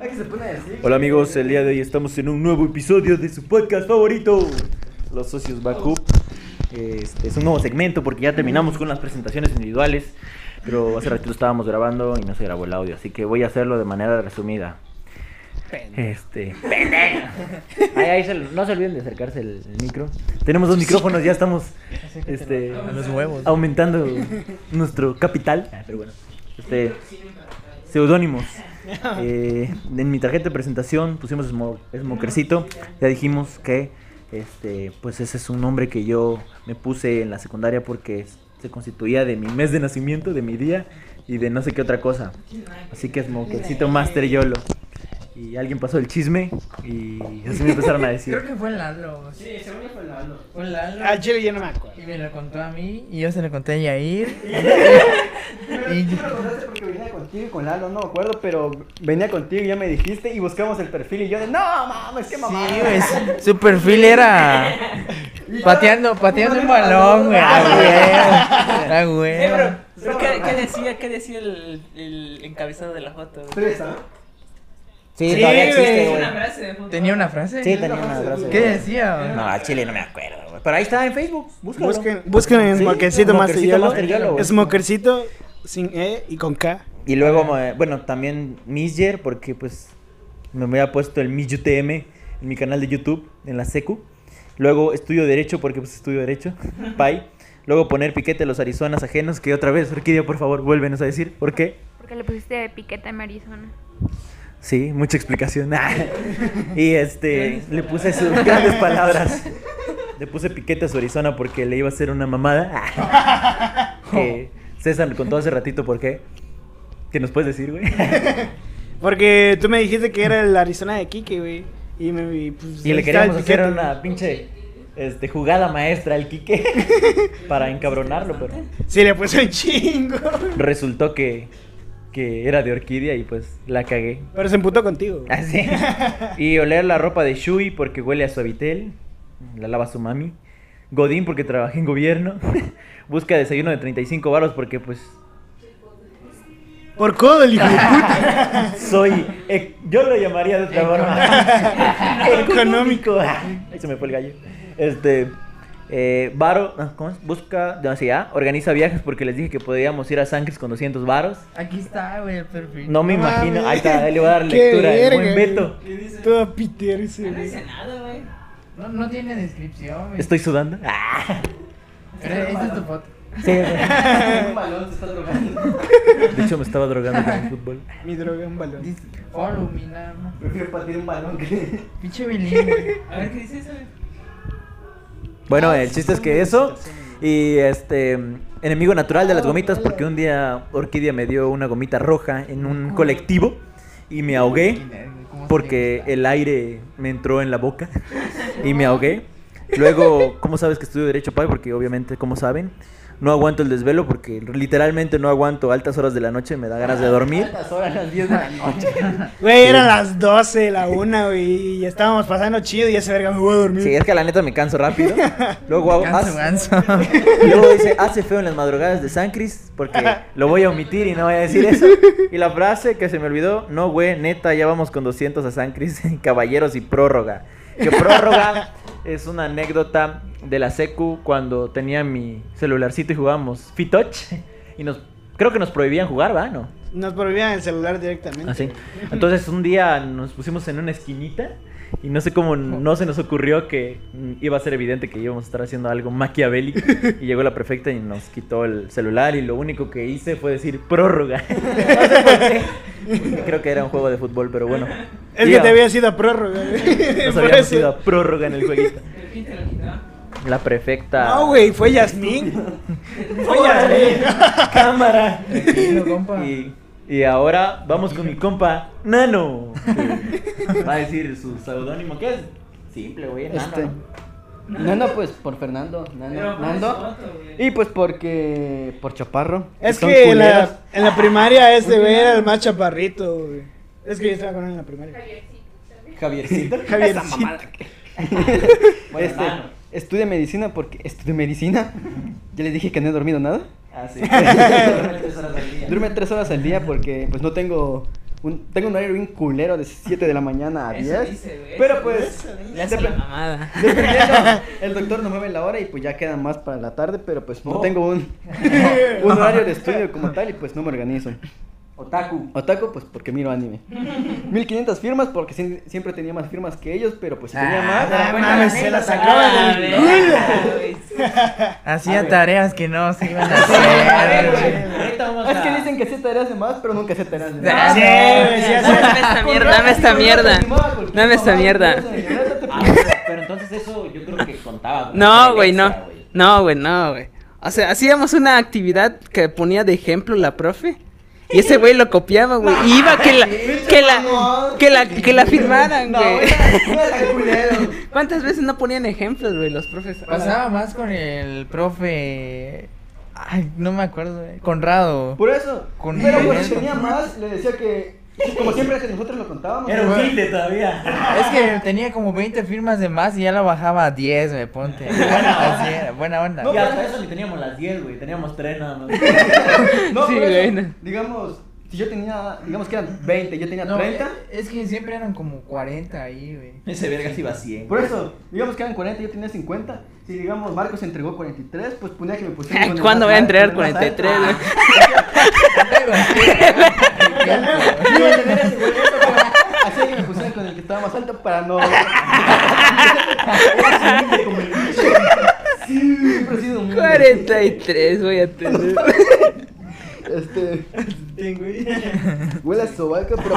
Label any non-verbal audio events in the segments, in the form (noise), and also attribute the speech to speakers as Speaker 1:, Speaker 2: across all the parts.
Speaker 1: Ay, que se pone así.
Speaker 2: Hola amigos, el día de hoy estamos en un nuevo episodio de su podcast favorito, Los Socios Bakú. Este es un nuevo segmento porque ya terminamos con las presentaciones individuales, pero hace ratito estábamos grabando y no se grabó el audio, así que voy a hacerlo de manera resumida. Este, Ahí, ahí se- no se olviden de acercarse el, el micro. Tenemos dos micrófonos, ya estamos este,
Speaker 3: A los huevos.
Speaker 2: aumentando nuestro capital. Ah, Pero bueno, este, seudónimos. Eh, en mi tarjeta de presentación pusimos Smo- Smokercito. Ya dijimos que este, pues ese es un nombre que yo me puse en la secundaria porque se constituía de mi mes de nacimiento, de mi día y de no sé qué otra cosa. Así que Smokercito Master Yolo. Y alguien pasó el chisme y así me empezaron a
Speaker 3: Creo
Speaker 1: (laughs)
Speaker 2: decir.
Speaker 3: que fue Lalo. Sí,
Speaker 1: Sí, según yo fue el Lalo.
Speaker 3: fue Lalo.
Speaker 4: Al Ah, chile ya no me acuerdo.
Speaker 3: Y me lo contó a mí y yo se lo conté a Yair.
Speaker 1: Pero
Speaker 3: Y-
Speaker 1: tú me recordaste porque venía contigo y con Lalo, no me acuerdo, pero venía contigo y ya me dijiste y buscamos el perfil y yo de no mames, qué mamá.
Speaker 3: Sí, güey. pues, su- Su perfil era pateando, pateando un balón, güey. La
Speaker 5: Eh, pero,
Speaker 3: güey.
Speaker 5: pero ¿qué, qué decía, qué decía el, el encabezado de la foto? güey?
Speaker 6: Sí,
Speaker 3: Sí,
Speaker 6: todavía existe,
Speaker 3: güey.
Speaker 6: güey.
Speaker 5: frase de foto.
Speaker 3: ¿Tenía una frase?
Speaker 6: Sí, tenía una frase.
Speaker 3: ¿Qué decía?
Speaker 6: No, al chile no me acuerdo, güey. Pero ahí está en Facebook. Búscalo.
Speaker 4: Busquen, busquen en
Speaker 6: Sí,
Speaker 4: Smokercito más
Speaker 6: Smokercito Master Yolo, güey.
Speaker 4: Smokercito sin E y con K.
Speaker 6: Y luego, eh, bueno, también Misger, porque pues me había puesto el Miss UTM en mi canal de YouTube, en la secu. Luego estudio Derecho, porque pues estudio Derecho. Pai. Luego poner piquete a los Arizonas ajenos, que otra vez, Orquídea, por favor, vuélvenos a decir por qué.
Speaker 7: Porque le pusiste de piquete a Marizona.
Speaker 6: Sí, mucha explicación. (laughs) Ah. y este, le puse sus grandes palabras. Le puse piquete a su Arizona porque le iba a hacer una mamada. Ah. (laughs) que César me contó hace ratito por qué. ¿Qué nos puedes decir, güey?
Speaker 4: Porque tú me dijiste que era el Arizona de Kike, güey. Y, me, y, pues,
Speaker 6: Y le
Speaker 4: ahí está el
Speaker 6: queríamos hacer
Speaker 4: piquete.
Speaker 6: una pinche este, jugada maestra al Quique (laughs) para encabronarlo, pero
Speaker 4: Sí, le puse un chingo.
Speaker 6: resultó que, que era de orquídea y pues la cagué. (laughs)
Speaker 4: Pero se emputó contigo. güey.
Speaker 6: Así. Y oler la ropa de Shui porque huele a suavitel. La lava su mami. Godín porque trabajé en gobierno. (laughs) Busca desayuno de 35 varos porque pues
Speaker 4: Por codo, el hijo de
Speaker 6: Ah,
Speaker 4: puta.
Speaker 6: soy... ec- yo lo llamaría de otra forma.
Speaker 4: (laughs) Económico.
Speaker 6: Ahí se me fue el gallo. Este... eh, varo... ah, ¿Cómo es? Busca... No, sí, ah, organiza viajes porque les dije que podíamos ir a Sancris con 200 varos.
Speaker 3: Aquí está, güey, el perfil.
Speaker 6: No me
Speaker 4: No
Speaker 6: imagino...
Speaker 4: mames.
Speaker 6: Ahí está, ahí le voy a dar
Speaker 4: Qué
Speaker 6: lectura. el buen
Speaker 4: verga,
Speaker 6: Beto.
Speaker 4: Todo Peter ese,
Speaker 5: No
Speaker 4: güey.
Speaker 5: dice
Speaker 4: (laughs)
Speaker 5: nada, güey.
Speaker 3: No, no tiene descripción, güey.
Speaker 6: Estoy sudando. Ah,
Speaker 3: Pero esta es tu foto.
Speaker 6: sí, güey.
Speaker 1: Un balón se está drogando.
Speaker 6: De hecho, me estaba drogando con el fútbol.
Speaker 4: Mi droga es un balón.
Speaker 3: Dice, follow me, nada más.
Speaker 1: Prefiero partir un balón que.
Speaker 3: Pinche bilingüe.
Speaker 5: A ver qué dice eso, güey.
Speaker 6: Bueno, el chiste es que eso. Y este. Enemigo natural de las gomitas, porque un día Orquídea me dio una gomita roja en un colectivo y me ahogué
Speaker 3: ¿Cómo se
Speaker 6: porque
Speaker 3: te gusta?
Speaker 6: el aire me entró en la boca y me ahogué. Luego, ¿cómo sabes que estudio Derecho, Pai? Porque obviamente, como saben, no aguanto el desvelo porque literalmente no aguanto altas horas de la noche, me da ganas de dormir.
Speaker 1: horas, las 10 de la noche.
Speaker 4: Güey, eran las 12, la 1, güey. Y estábamos pasando chido y ese verga me voy a dormir.
Speaker 6: Sí, es que la neta me canso rápido. Luego hago.
Speaker 3: Ganso,
Speaker 6: haz-
Speaker 3: ganso.
Speaker 6: Y luego dice, hace feo en las madrugadas de San Cris, porque lo voy a omitir y no voy a decir eso. Y la frase que se me olvidó, no, güey, neta, ya vamos con 200 a San Cris, caballeros y prórroga. Que prórroga es una anécdota de la secu cuando tenía mi celularcito y jugábamos Fitoch. Y nos, creo que nos prohibían jugar, ¿va? No.
Speaker 4: Nos prohibían el celular directamente.
Speaker 6: Así. Ah, Entonces un día nos pusimos en una esquinita y no sé cómo no se nos ocurrió que mm, iba a ser evidente que íbamos a estar haciendo algo
Speaker 4: (laughs)
Speaker 6: maquiavélico y llegó la prefecta y nos quitó el celular y lo único que hice fue decir
Speaker 4: (laughs)
Speaker 6: prórroga. (laughs) No sé por qué. Creo que era un juego de fútbol, pero bueno.
Speaker 4: Es
Speaker 6: Y,
Speaker 4: que te
Speaker 6: ah,
Speaker 4: había sido a prórroga, güey.
Speaker 6: nos
Speaker 4: (laughs) Por
Speaker 6: habíamos
Speaker 4: eso.
Speaker 6: ido a prórroga en el jueguito.
Speaker 5: ¿Pero quién te lo quitó?
Speaker 6: La prefecta.
Speaker 4: No, güey, fue Yasmín. fue Yasmín.
Speaker 6: Cámara.
Speaker 3: Tranquilo, compa.
Speaker 6: Y, y ahora vamos con mi compa Nano. que va a decir su seudónimo, que es simple, güey. Nano.
Speaker 1: Este.
Speaker 6: ¿no?
Speaker 1: Nano, pues por Fernando.
Speaker 5: Pero
Speaker 1: Nano,
Speaker 5: pon
Speaker 1: Nando.
Speaker 5: foto, güey.
Speaker 1: Y pues porque. Por Chaparro.
Speaker 4: Es
Speaker 1: Son
Speaker 4: que en
Speaker 1: culeros.
Speaker 4: la, en la primaria este güey era el más chaparrito, güey. Es que yo estaba con él en la primaria.
Speaker 1: (laughs) Javiercito.
Speaker 4: Javier.
Speaker 1: Oye, este, estudia medicina porque. Estudia medicina. (laughs) Ya les dije que no he (laughs) dormido nada.
Speaker 6: Ah, sí.
Speaker 1: Duerme tres horas al día porque pues no tengo un- tengo un horario bien culero de 7 de la mañana a
Speaker 5: Eso
Speaker 1: 10.
Speaker 5: dice, güey,
Speaker 1: Pero
Speaker 5: eso
Speaker 1: pues,
Speaker 5: Le hace la
Speaker 1: dep-
Speaker 5: mamada.
Speaker 1: dependiendo, el doctor nos mueve la hora y pues ya quedan más para la tarde, pero pues no, tengo un, un horario de estudio como tal y pues no me organizo.
Speaker 2: Otaku.
Speaker 1: Otaku, pues porque miro anime. 1500 firmas porque sie- siempre tenía más firmas que ellos, pero pues si tenía más.
Speaker 4: Ah,
Speaker 5: Buena
Speaker 4: mames, se la
Speaker 5: anécdota.
Speaker 4: sacaba del
Speaker 5: Ah, güey.
Speaker 3: Hacía tareas que no se (laughs) iban a
Speaker 5: A ver,
Speaker 3: hacer.
Speaker 5: güey.
Speaker 3: güey.
Speaker 5: Ahorita vamos
Speaker 1: Es que
Speaker 5: a-
Speaker 1: dicen que sí te hace más, pero nunca se te hace
Speaker 3: Ah,
Speaker 1: más.
Speaker 4: Sí, güey, sí, sí.
Speaker 5: Dame esta mierda, dame esta mierda. Dame esta mierda.
Speaker 6: Ah, pero, pero entonces eso yo creo que contaba.
Speaker 5: No, güey,
Speaker 6: Extra,
Speaker 5: no. No, güey, no, güey. O sea, hacíamos una actividad que ponía de ejemplo la profe. Y ese güey lo copiaba, güey. Y iba que
Speaker 4: (laughs)
Speaker 5: la, que la, que la, que la firmaran, güey. ¿Cuántas veces no ponían ejemplos, güey, los profes?
Speaker 3: Pasaba más con el profe. Ay, no me acuerdo, güey. Conrado.
Speaker 1: Por eso.
Speaker 3: Con-
Speaker 1: pero porque tenía más, le decía que. Como siempre que nosotros lo contábamos.
Speaker 2: Era un kinde todavía.
Speaker 3: Es que tenía como 20 firmas de más y ya la bajaba a 10, me
Speaker 4: (laughs)
Speaker 3: ponte. Así era, buena onda.
Speaker 2: Y hasta eso ni teníamos las 10, güey. Teníamos 3 nada más.
Speaker 1: (laughs) No,
Speaker 5: Sí,
Speaker 1: por eso,
Speaker 5: güey, no.
Speaker 1: Digamos, si yo tenía. Digamos que eran 20, yo tenía
Speaker 3: No,
Speaker 1: 30.
Speaker 3: es que siempre eran como 40 ahí,
Speaker 4: (laughs)
Speaker 3: güey.
Speaker 6: Ese verga sí iba a 100.
Speaker 1: Por eso, digamos que eran 40, yo tenía 50. Si digamos Marcos entregó 43, pues ponía que me
Speaker 5: (laughs)
Speaker 1: pusiera. con el
Speaker 5: Ah, ¿Cuándo
Speaker 1: más
Speaker 5: voy a
Speaker 1: alto,
Speaker 5: entregar
Speaker 1: con el más alto.
Speaker 5: 43, güey?
Speaker 1: Iba a tener ese güey, eso, pero Hacía que me pusieran con el que estaba más alto para no. (laughs) Siempre he sido
Speaker 4: Ah.
Speaker 1: humilde.
Speaker 5: 43 voy a tener.
Speaker 1: Este. Huele a sobaco, pero.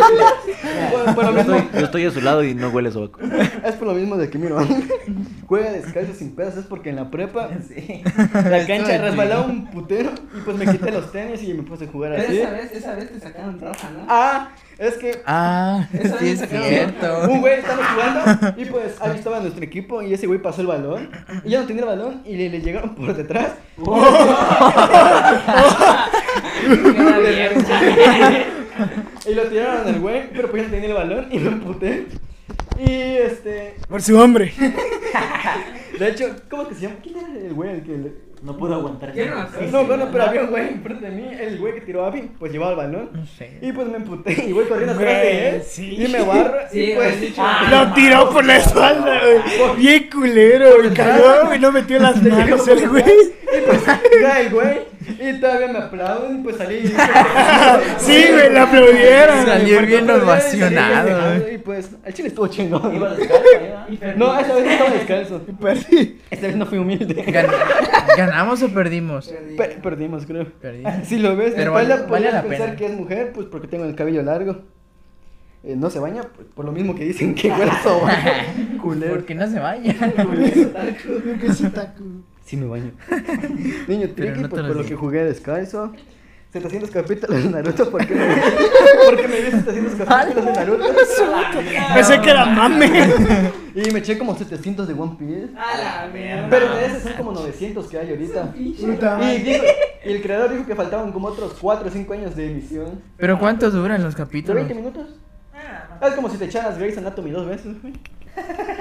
Speaker 1: pues- Por-
Speaker 5: (laughs)
Speaker 1: por lo
Speaker 6: Yo estoy, (laughs)
Speaker 1: mismo-
Speaker 6: yo estoy a su lado y no huele sobaco.
Speaker 1: Es por lo mismo de que miro anime. Juega descalzo sin pedas, es porque en la prepa la cancha resbalaba un putero y pues me quité los tenis y me puse a jugar así.
Speaker 5: vez, esa vez te sacaron roja, ¿no?
Speaker 1: Ah, es que
Speaker 4: (laughs)
Speaker 3: Ah,
Speaker 5: Eso
Speaker 3: sí
Speaker 5: ahí
Speaker 3: es
Speaker 1: (laughs)
Speaker 5: sacaron.
Speaker 1: un
Speaker 3: cierto.
Speaker 1: güey estaba jugando y pues ahí estaba nuestro equipo y ese güey pasó el balón y ya no tenía el balón y le, le llegaron por detrás.
Speaker 4: (laughs)
Speaker 1: Y lo tiraron al güey, pero pues yo no tenía el balón y me emputé. Y este,
Speaker 4: Por su hombre.
Speaker 1: de hecho, ¿cómo que se llama? ¿Quién era el güey al que le-
Speaker 2: No pudo aguantar.
Speaker 1: No, bueno, pero había un güey enfrente de mí, el güey que tiró a mí, pues llevaba el balón.
Speaker 3: No sé.
Speaker 1: Y pues me emputé y voy corriendo atrás de él.
Speaker 4: Güey, sí. Ah,
Speaker 1: Y me barro.
Speaker 5: Sí,
Speaker 1: y pues.
Speaker 5: güey, sí,
Speaker 4: Lo tiró por la espalda, güey. Bien culero, güey. Cagó, güey. No metió las manos el güey.
Speaker 1: Y pues cae el güey. Y todavía me aplauden. Pues
Speaker 4: (laughs)
Speaker 1: salí. pues,
Speaker 4: Sí, güey, le aplaudieron.
Speaker 3: Salió
Speaker 1: Me
Speaker 3: bien
Speaker 1: faltó aplaudir,
Speaker 3: ovacionado,
Speaker 1: salí bien
Speaker 3: güey.
Speaker 1: dejado, Y pues, al chile estuvo chingón.
Speaker 2: Iba
Speaker 1: (laughs)
Speaker 2: descalzo, ¿eh?
Speaker 1: No, esa vez estaba
Speaker 4: (laughs)
Speaker 1: descalzo. Y
Speaker 4: Pues
Speaker 1: perdí. Esta vez no fui humilde.
Speaker 3: Gan- ¿Ganamos o perdimos?
Speaker 1: Per- perdimos, creo.
Speaker 3: Perdimos.
Speaker 1: (laughs) Si lo ves,
Speaker 3: Pero
Speaker 1: mi espalda
Speaker 3: vale-
Speaker 1: podrías
Speaker 3: vale la
Speaker 1: pensar
Speaker 3: pena.
Speaker 1: que es mujer, pues porque tengo el cabello largo. Eh, no se baña, pues, por lo mismo que dicen que huele a
Speaker 3: (laughs)
Speaker 1: sobaco. Culero.
Speaker 3: Porque no se baña.
Speaker 1: Sí me baño. Niño triqui,
Speaker 3: no te
Speaker 1: pues por
Speaker 3: lo
Speaker 1: lo
Speaker 3: digo.
Speaker 1: que jugué descalzo. 700 capítulos de Naruto, ¿por qué me, (laughs) ¿por qué me dio 700 capítulos de Naruto?
Speaker 4: Pensé que era mame.
Speaker 1: Y me eché como 700 de One Piece.
Speaker 5: A la mierda.
Speaker 1: Pero de esos son como 900 que hay ahorita. Y, dijo- y el creador dijo que faltaban como otros 4 o 5 años de emisión.
Speaker 3: Pero ¿cuánto duran los
Speaker 1: ¿De
Speaker 3: capítulos?
Speaker 1: 20 minutos? Ah, Es como si te echaras Grey's Anatomy dos veces, güey.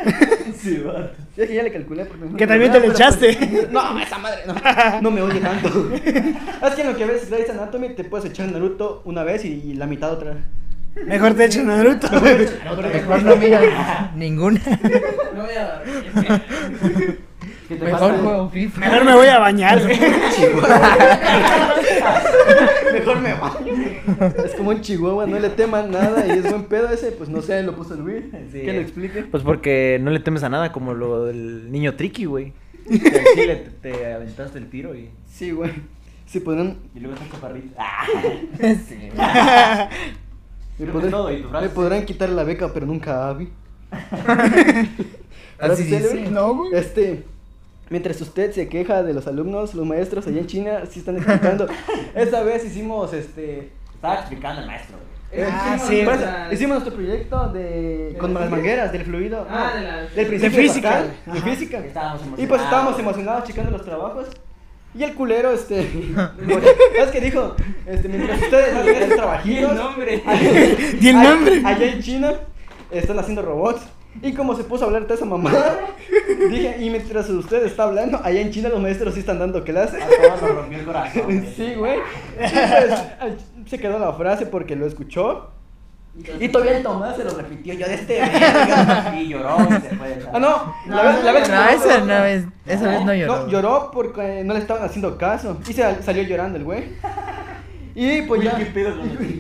Speaker 1: (laughs) sí, va. Es que ya le calculé. porque no-
Speaker 4: Que también te lo
Speaker 1: Pero,
Speaker 4: echaste.
Speaker 1: pues. No, esa madre, no. No me oye tanto. es que en lo que ves Grey's Anatomy te puedes echar Naruto una vez y, y la mitad otra.
Speaker 4: Mejor te echo Naruto.
Speaker 3: Mejor no mira ninguna.
Speaker 1: Que te
Speaker 3: Mejor
Speaker 1: pases-
Speaker 3: juego FIFA.
Speaker 4: Mejor me
Speaker 3: (laughs)
Speaker 4: voy a bañar, güey.
Speaker 1: Mejor me baño. Es como un chihuahua, no le teman nada y es buen pedo ese, pues no sé, lo puso el Luis.
Speaker 6: Sí.
Speaker 1: Que lo explique.
Speaker 6: Pues porque no le temes a nada, como lo del niño triqui,
Speaker 1: (laughs)
Speaker 6: güey. Que al chile te, te aventaste el tiro y,
Speaker 1: Sí, güey. Si podrán,
Speaker 6: y luego estás chaparrito. Ah,
Speaker 1: (laughs) me
Speaker 6: Creo que
Speaker 1: podrán,
Speaker 6: todo, y tu frase.
Speaker 1: me podrán quitar la beca, pero nunca a
Speaker 5: (laughs)
Speaker 1: Abby.
Speaker 3: Así
Speaker 1: Frase
Speaker 3: dice.
Speaker 1: célebre.
Speaker 4: No, güey.
Speaker 1: Este, mientras usted se queja de los alumnos, los maestros allá en China sí están
Speaker 5: (laughs)
Speaker 1: explicando. Esta vez hicimos este.
Speaker 6: Estaba explicando al maestro, güey.
Speaker 1: eh,
Speaker 5: Ah,
Speaker 1: hicimos-
Speaker 5: sí,
Speaker 1: por
Speaker 5: o
Speaker 1: eso,
Speaker 5: sea,
Speaker 1: hicimos nuestro proyecto de con
Speaker 5: la
Speaker 1: las
Speaker 5: física?
Speaker 1: mangueras del fluido
Speaker 5: Ah,
Speaker 1: no,
Speaker 5: de la-
Speaker 1: del principio
Speaker 4: De física.
Speaker 1: basal, de
Speaker 4: Ajá.
Speaker 1: física
Speaker 6: Estábamos
Speaker 1: y pues
Speaker 6: emocionados.
Speaker 1: estábamos emocionados checando los trabajos y el culero este es que dijo este mientras ustedes hacen esos trabajitos (laughs)
Speaker 5: nombre.
Speaker 1: allá-
Speaker 4: Di el nombre.
Speaker 1: allá en China están haciendo robots Y como se puso a hablar de esa mamada, dije, y mientras usted está hablando, allá en China los maestros sí están dando clases.
Speaker 6: (laughs)
Speaker 8: Nos rompió el corazón. güey.
Speaker 1: Sí, güey. Y pues, al- se quedó la frase porque lo escuchó. Y todavía el Tomás se lo repitió yo de (laughs) este.
Speaker 8: Y lloró y se fue.
Speaker 1: Ah, no, la vez, la vez
Speaker 3: No, esa no vez, esa vez no lloró.
Speaker 1: No, lloró porque no le estaban haciendo caso. Y se salió llorando el güey. Y pues ya.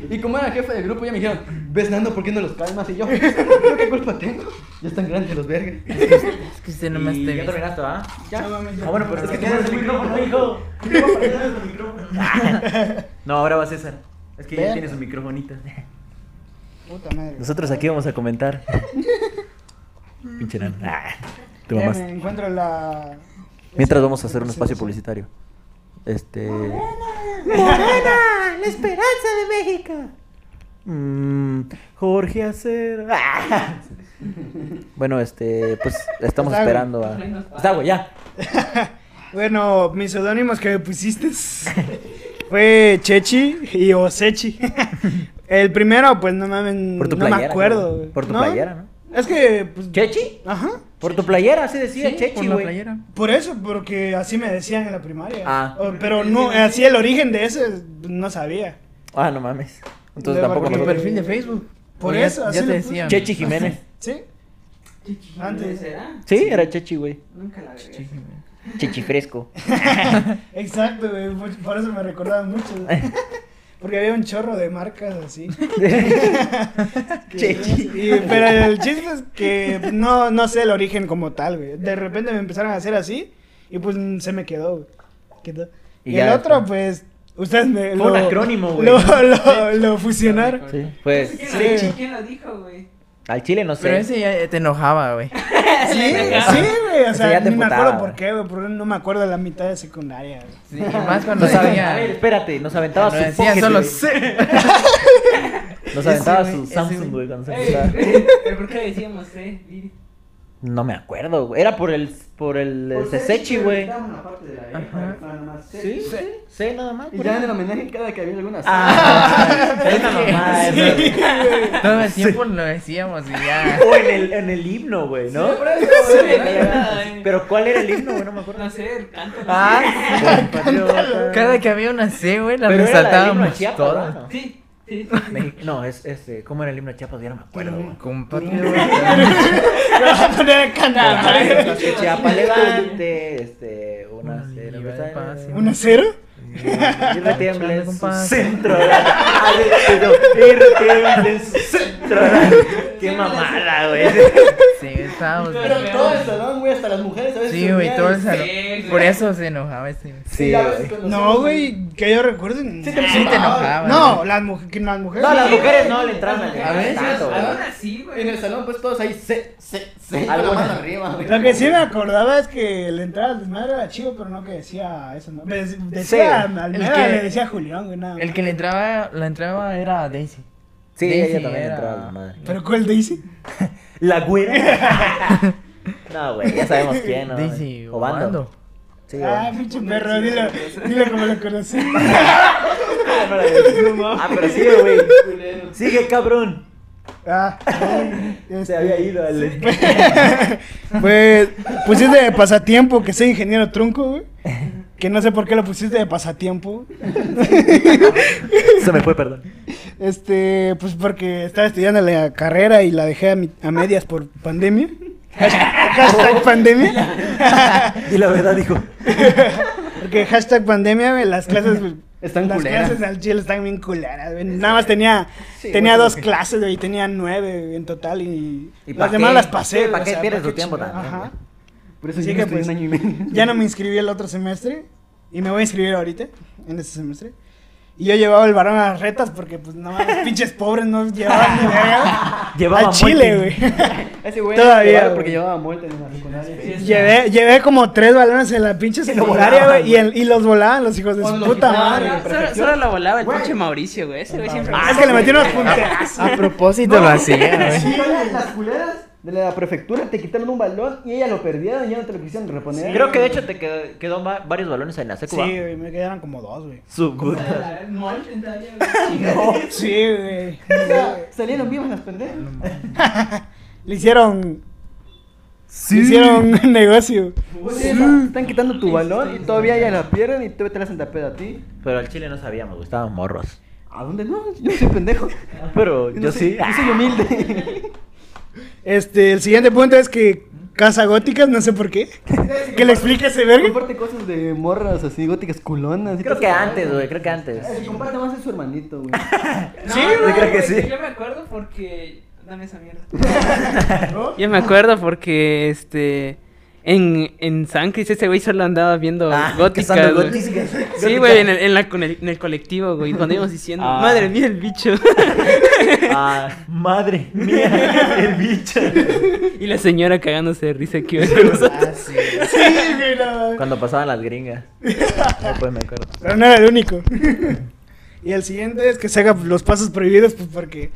Speaker 1: Y como era jefe del grupo, ya me dijeron: ¿Ves, Nando, por qué no los calmas? Y yo, (laughs) "¿Yo ¿qué culpa tengo? Ya están grandes los vergas.
Speaker 3: Es que usted no me
Speaker 8: Y ya
Speaker 3: está
Speaker 8: terminaste, ¿ah?
Speaker 1: Ya.
Speaker 8: Ah, bueno, pero es que tienes el micrófono, hijo. No, ahora va César. Es que ya tiene su microfonita.
Speaker 4: Puta madre.
Speaker 6: Nosotros aquí vamos a
Speaker 3: (laughs)
Speaker 6: comentar. Pinche nano. Ah, te
Speaker 4: Ya
Speaker 6: mamás.
Speaker 4: me encuentro la.
Speaker 6: Mientras vamos a hacer un espacio publicitario. Este.
Speaker 3: ¡La esperanza de México!
Speaker 6: mm, Jorge Acero. Ah. Bueno, este. Pues estamos
Speaker 3: ah,
Speaker 4: Está, güey.
Speaker 6: esperando a. Está, güey, ya.
Speaker 4: Bueno, mis seudónimos que me pusiste (laughs) fue Chechi y
Speaker 6: (laughs)
Speaker 4: Osechi. El primero, pues no mames,
Speaker 6: Por tu
Speaker 4: no me
Speaker 6: playera,
Speaker 4: acuerdo.
Speaker 6: creo.
Speaker 4: güey.
Speaker 6: Por tu playera, ¿no?
Speaker 4: Es que, pues,
Speaker 6: ¿Chechi?
Speaker 4: ajá.
Speaker 6: Por tu playera, así decía Chechi,
Speaker 3: la
Speaker 6: güey.
Speaker 3: playera.
Speaker 4: Por eso, porque así me decían en la primaria.
Speaker 6: Ah.
Speaker 4: O- Pero no, así el origen de eso no sabía.
Speaker 6: Ah, no mames. Entonces
Speaker 4: No,
Speaker 6: tampoco me
Speaker 4: porque-
Speaker 3: Tu
Speaker 6: acuerdo.
Speaker 3: perfil de Facebook.
Speaker 4: Por
Speaker 3: O ya-
Speaker 4: eso, así
Speaker 3: ya
Speaker 4: le
Speaker 3: te
Speaker 4: puse.
Speaker 3: decían.
Speaker 6: Chechi Jiménez. (laughs)
Speaker 4: ¿Sí? Antes.
Speaker 6: Sí, era Chechi, güey.
Speaker 5: Nunca la agregué.
Speaker 6: Chechi fresco. (laughs)
Speaker 4: Exacto, güey, mucho- por eso me recordaban
Speaker 6: (laughs)
Speaker 4: mucho. güey. Porque había un chorro de marcas así.
Speaker 6: Chechi.
Speaker 4: Y- pero el chiste es que no, no sé el origen como tal, güey. De repente me empezaron a hacer así y pues mm, se me quedó, güey. Quedó.
Speaker 6: Y
Speaker 4: Y,
Speaker 6: ya
Speaker 4: el otro,
Speaker 6: después.
Speaker 4: pues, ustedes me...
Speaker 8: Fue un acrónimo, güey.
Speaker 4: Lo, lo, lo fusionaron.
Speaker 6: Sí, pues.
Speaker 4: Sí, sí,
Speaker 5: ¿Quién lo dijo, güey?
Speaker 6: Al chile no
Speaker 3: Pero
Speaker 6: sé.
Speaker 3: ese ya eh, te enojaba, güey.
Speaker 5: (laughs)
Speaker 4: sí, güey.
Speaker 6: Ese
Speaker 4: O
Speaker 6: ya
Speaker 4: sea,
Speaker 6: te
Speaker 4: ni me
Speaker 6: emputaba,
Speaker 4: acuerdo por
Speaker 6: güey.
Speaker 4: qué, güey. Porque no me acuerdo de la mitad de secundaria, güey.
Speaker 3: Y más cuando
Speaker 6: Nos aven-
Speaker 3: decía...
Speaker 6: A ver, espérate, nos aventaba
Speaker 3: Cuando
Speaker 6: su
Speaker 3: decía
Speaker 6: pocket,
Speaker 3: solo
Speaker 6: güey.
Speaker 3: sé.
Speaker 6: Nos aventaba
Speaker 3: Ese,
Speaker 6: su
Speaker 3: güey, ese,
Speaker 6: Samsung,
Speaker 3: güey.
Speaker 6: güey, cuando se aventaba.
Speaker 5: ¿Pero por qué le decíamos, eh? Lili?
Speaker 6: No me acuerdo, güey. Era por el por el eh, Cesechi, güey.
Speaker 3: Ajá.
Speaker 6: Sí, sí, nada más.
Speaker 1: Y ya en el homenaje cada que había algunas.
Speaker 6: Ah, (laughs) es una mamada, eso.
Speaker 3: Todo el tiempo lo decíamos y ya.
Speaker 6: (laughs) O en el, en el himno, güey, ¿no? Pero ¿cuál era el himno, güey? No me acuerdo.
Speaker 5: No sé, el canto.
Speaker 3: Ah, cada que había una C, güey, la
Speaker 6: Pero era la del himno a
Speaker 3: resaltábamos
Speaker 6: Chiapas,
Speaker 3: todas.
Speaker 6: ¿verdad?
Speaker 5: Sí, sí.
Speaker 6: Mex- No, es este, ¿cómo era el himno de Chiapas? Ya no me acuerdo, güey.
Speaker 3: Compadre, güey.
Speaker 4: Me vas a poner a cantar.
Speaker 6: Los que Chiapas levante, este, una
Speaker 3: Una
Speaker 6: cero,
Speaker 3: liga de paz y
Speaker 4: ¿Una cero?
Speaker 6: Y retiembla en su
Speaker 3: Compadre. (laughs)
Speaker 6: centro. Ah, de- de- no, Y retiembla en su centro. Qué mamada, güey.
Speaker 3: Sí, estábamos.
Speaker 1: Pero todo el salón, güey, hasta las mujeres a veces.
Speaker 3: Sí, güey, todo el
Speaker 1: salón.
Speaker 3: salón. Por eso se enojaba este.
Speaker 6: Sí, güey.
Speaker 4: No, güey, que yo recuerdo.
Speaker 3: Sí te enojaba.
Speaker 4: No, las, muj- que las mujeres.
Speaker 6: No, las mujeres no le entraban
Speaker 5: Sí,
Speaker 6: le
Speaker 3: A
Speaker 4: Ah,
Speaker 3: veces,
Speaker 6: tanto, güey.
Speaker 5: Aún así, güey.
Speaker 1: En el salón, pues todos ahí se, se, se.
Speaker 6: Algo
Speaker 1: con la
Speaker 6: así.
Speaker 1: mano arriba, güey.
Speaker 4: Lo que sí me acordaba es que le entrada al desmadre era chido, pero no que decía eso, ¿no? Pues, decía
Speaker 6: Sí.
Speaker 4: Almera,
Speaker 3: El que-
Speaker 4: le decía Julián, güey, nada. más.
Speaker 3: El que le entraba, la entraba era Daisy.
Speaker 6: Sí,
Speaker 3: Daisy
Speaker 6: ella también
Speaker 3: era-
Speaker 6: entraba a la madre.
Speaker 4: ¿Pero cuál dice?
Speaker 6: La güera. no, güey, ya sabemos quién, ¿no?
Speaker 3: Daisy
Speaker 6: Obando.
Speaker 3: Obando.
Speaker 6: Sí,
Speaker 4: Ah,
Speaker 6: güey.
Speaker 4: pinche perro, dilo, dilo como lo
Speaker 6: (laughs)
Speaker 4: conocí.
Speaker 6: Ah, pero sigue, güey. Sigue, cabrón.
Speaker 4: Ah, este,
Speaker 6: Se había ido al.
Speaker 4: pues pusiste de pasatiempo que soy ingeniero trunco, güey. Que no sé por qué lo pusiste de pasatiempo.
Speaker 6: (laughs) Se me fue, perdón.
Speaker 4: Este, pues porque estaba estudiando la carrera y la dejé a, mi- a medias por pandemia. (laughs) Hashtag
Speaker 6: (laughs)
Speaker 4: pandemia.
Speaker 6: Y la verdad dijo.
Speaker 4: Porque hashtag pandemia, güey, las clases güey,
Speaker 1: Están
Speaker 4: las
Speaker 1: culeras.
Speaker 4: clases al chile están bien culeras, güey. Nada más tenía, tenía dos clases, güey, y tenía nueve güey, en total y,
Speaker 6: ¿Y pa'
Speaker 4: las demás
Speaker 6: qué?
Speaker 4: las pasé.
Speaker 6: Sí, ¿pa'
Speaker 4: güey, o
Speaker 6: qué
Speaker 4: sea,
Speaker 6: pierdes
Speaker 4: ¿pa' qué
Speaker 6: tu tiempo
Speaker 4: chingada?
Speaker 6: también,
Speaker 4: Ajá.
Speaker 1: Por eso
Speaker 4: Sí
Speaker 1: yo
Speaker 4: que,
Speaker 1: no estudié
Speaker 4: pues,
Speaker 1: un año y medio. (laughs)
Speaker 4: Ya no me inscribí el otro semestre y me voy a inscribir ahorita, en este semestre. Y yo llevaba el varón a las retas porque, pues, no, los
Speaker 6: (laughs)
Speaker 4: pinches pobres no llevaban ni verga.
Speaker 6: Llevaba
Speaker 4: Al chile,
Speaker 6: molten.
Speaker 4: güey.
Speaker 6: (laughs)
Speaker 1: Ese güey.
Speaker 4: Todavía,
Speaker 1: llevaba
Speaker 4: güey.
Speaker 1: Porque llevaba muerte en la secundaria.
Speaker 6: Este,
Speaker 4: Llevé, llevé como tres balones en la pinche secundaria,
Speaker 6: volaban,
Speaker 4: güey, y, el- y los volaban los hijos de
Speaker 1: Cuando
Speaker 4: su
Speaker 1: los
Speaker 4: puta
Speaker 1: quitaban,
Speaker 4: madre.
Speaker 1: güey.
Speaker 5: Solo, solo lo volaba el pinche Mauricio, güey. Ese güey siempre.
Speaker 4: Ah, es que le metieron unos punteazos.
Speaker 3: A propósito lo hacía, güey.
Speaker 1: Sí, güey, las culeras de la prefectura te quitaron un balón y ella lo perdieron y ya no te lo quisieron reponer.
Speaker 6: Creo que de hecho te quedó, quedó va- varios balones en la
Speaker 4: Sí,
Speaker 6: secu. ¿va?
Speaker 4: güey, me quedaron como dos, güey.
Speaker 6: Su puta.
Speaker 4: Sí, güey.
Speaker 1: O sea, salieron vivas las pendejas.
Speaker 4: Le hicieron.
Speaker 2: Sí.
Speaker 4: Le hicieron (laughs) negocio.
Speaker 1: Están quitando tu balón y todavía ya la pierden y te te la Santa Peda a ti.
Speaker 6: Pero al chile no sabíamos, güey. Estábamos morros.
Speaker 1: ¿A dónde no? Yo soy pendejo.
Speaker 6: Pero yo
Speaker 1: No
Speaker 6: sí.
Speaker 1: soy- (laughs) Yo soy
Speaker 6: (laughs)
Speaker 1: humilde.
Speaker 4: Este, el siguiente punto es que Casa Góticas, no sé por qué. que le explique ese verga.
Speaker 1: Comparte cosas de morras así, góticas culonas. y
Speaker 6: Creo
Speaker 1: todo
Speaker 6: que
Speaker 1: eso.
Speaker 6: antes, güey. Creo que antes.
Speaker 1: El que comparte más es su hermanito, güey.
Speaker 4: Sí,
Speaker 6: güey, creo que
Speaker 9: güey,
Speaker 6: sí.
Speaker 9: Yo me acuerdo porque. Dame esa mierda.
Speaker 5: (laughs) Yo me acuerdo porque, este... En, en San Cris ese güey solo andaba viendo
Speaker 6: Ah,
Speaker 5: góticas,
Speaker 6: cazando
Speaker 5: güey.
Speaker 6: góticas.
Speaker 5: Sí, güey, en el, en la- con el- en el colectivo, güey, cuando íbamos diciendo,
Speaker 6: Ah.
Speaker 5: madre mía, el bicho. (laughs)
Speaker 4: (laughs)
Speaker 6: Ah, madre mía, (laughs) el bicho.
Speaker 5: y la señora cagándose de risa que iba con nosotros.
Speaker 6: Ah, sí.
Speaker 4: Sí, güey, no.
Speaker 6: Cuando pasaban las
Speaker 4: (laughs)
Speaker 6: gringas. No, pues me acuerdo.
Speaker 4: Pero no era el único. (laughs) Y el siguiente es que se haga los pasos prohibidos, pues porque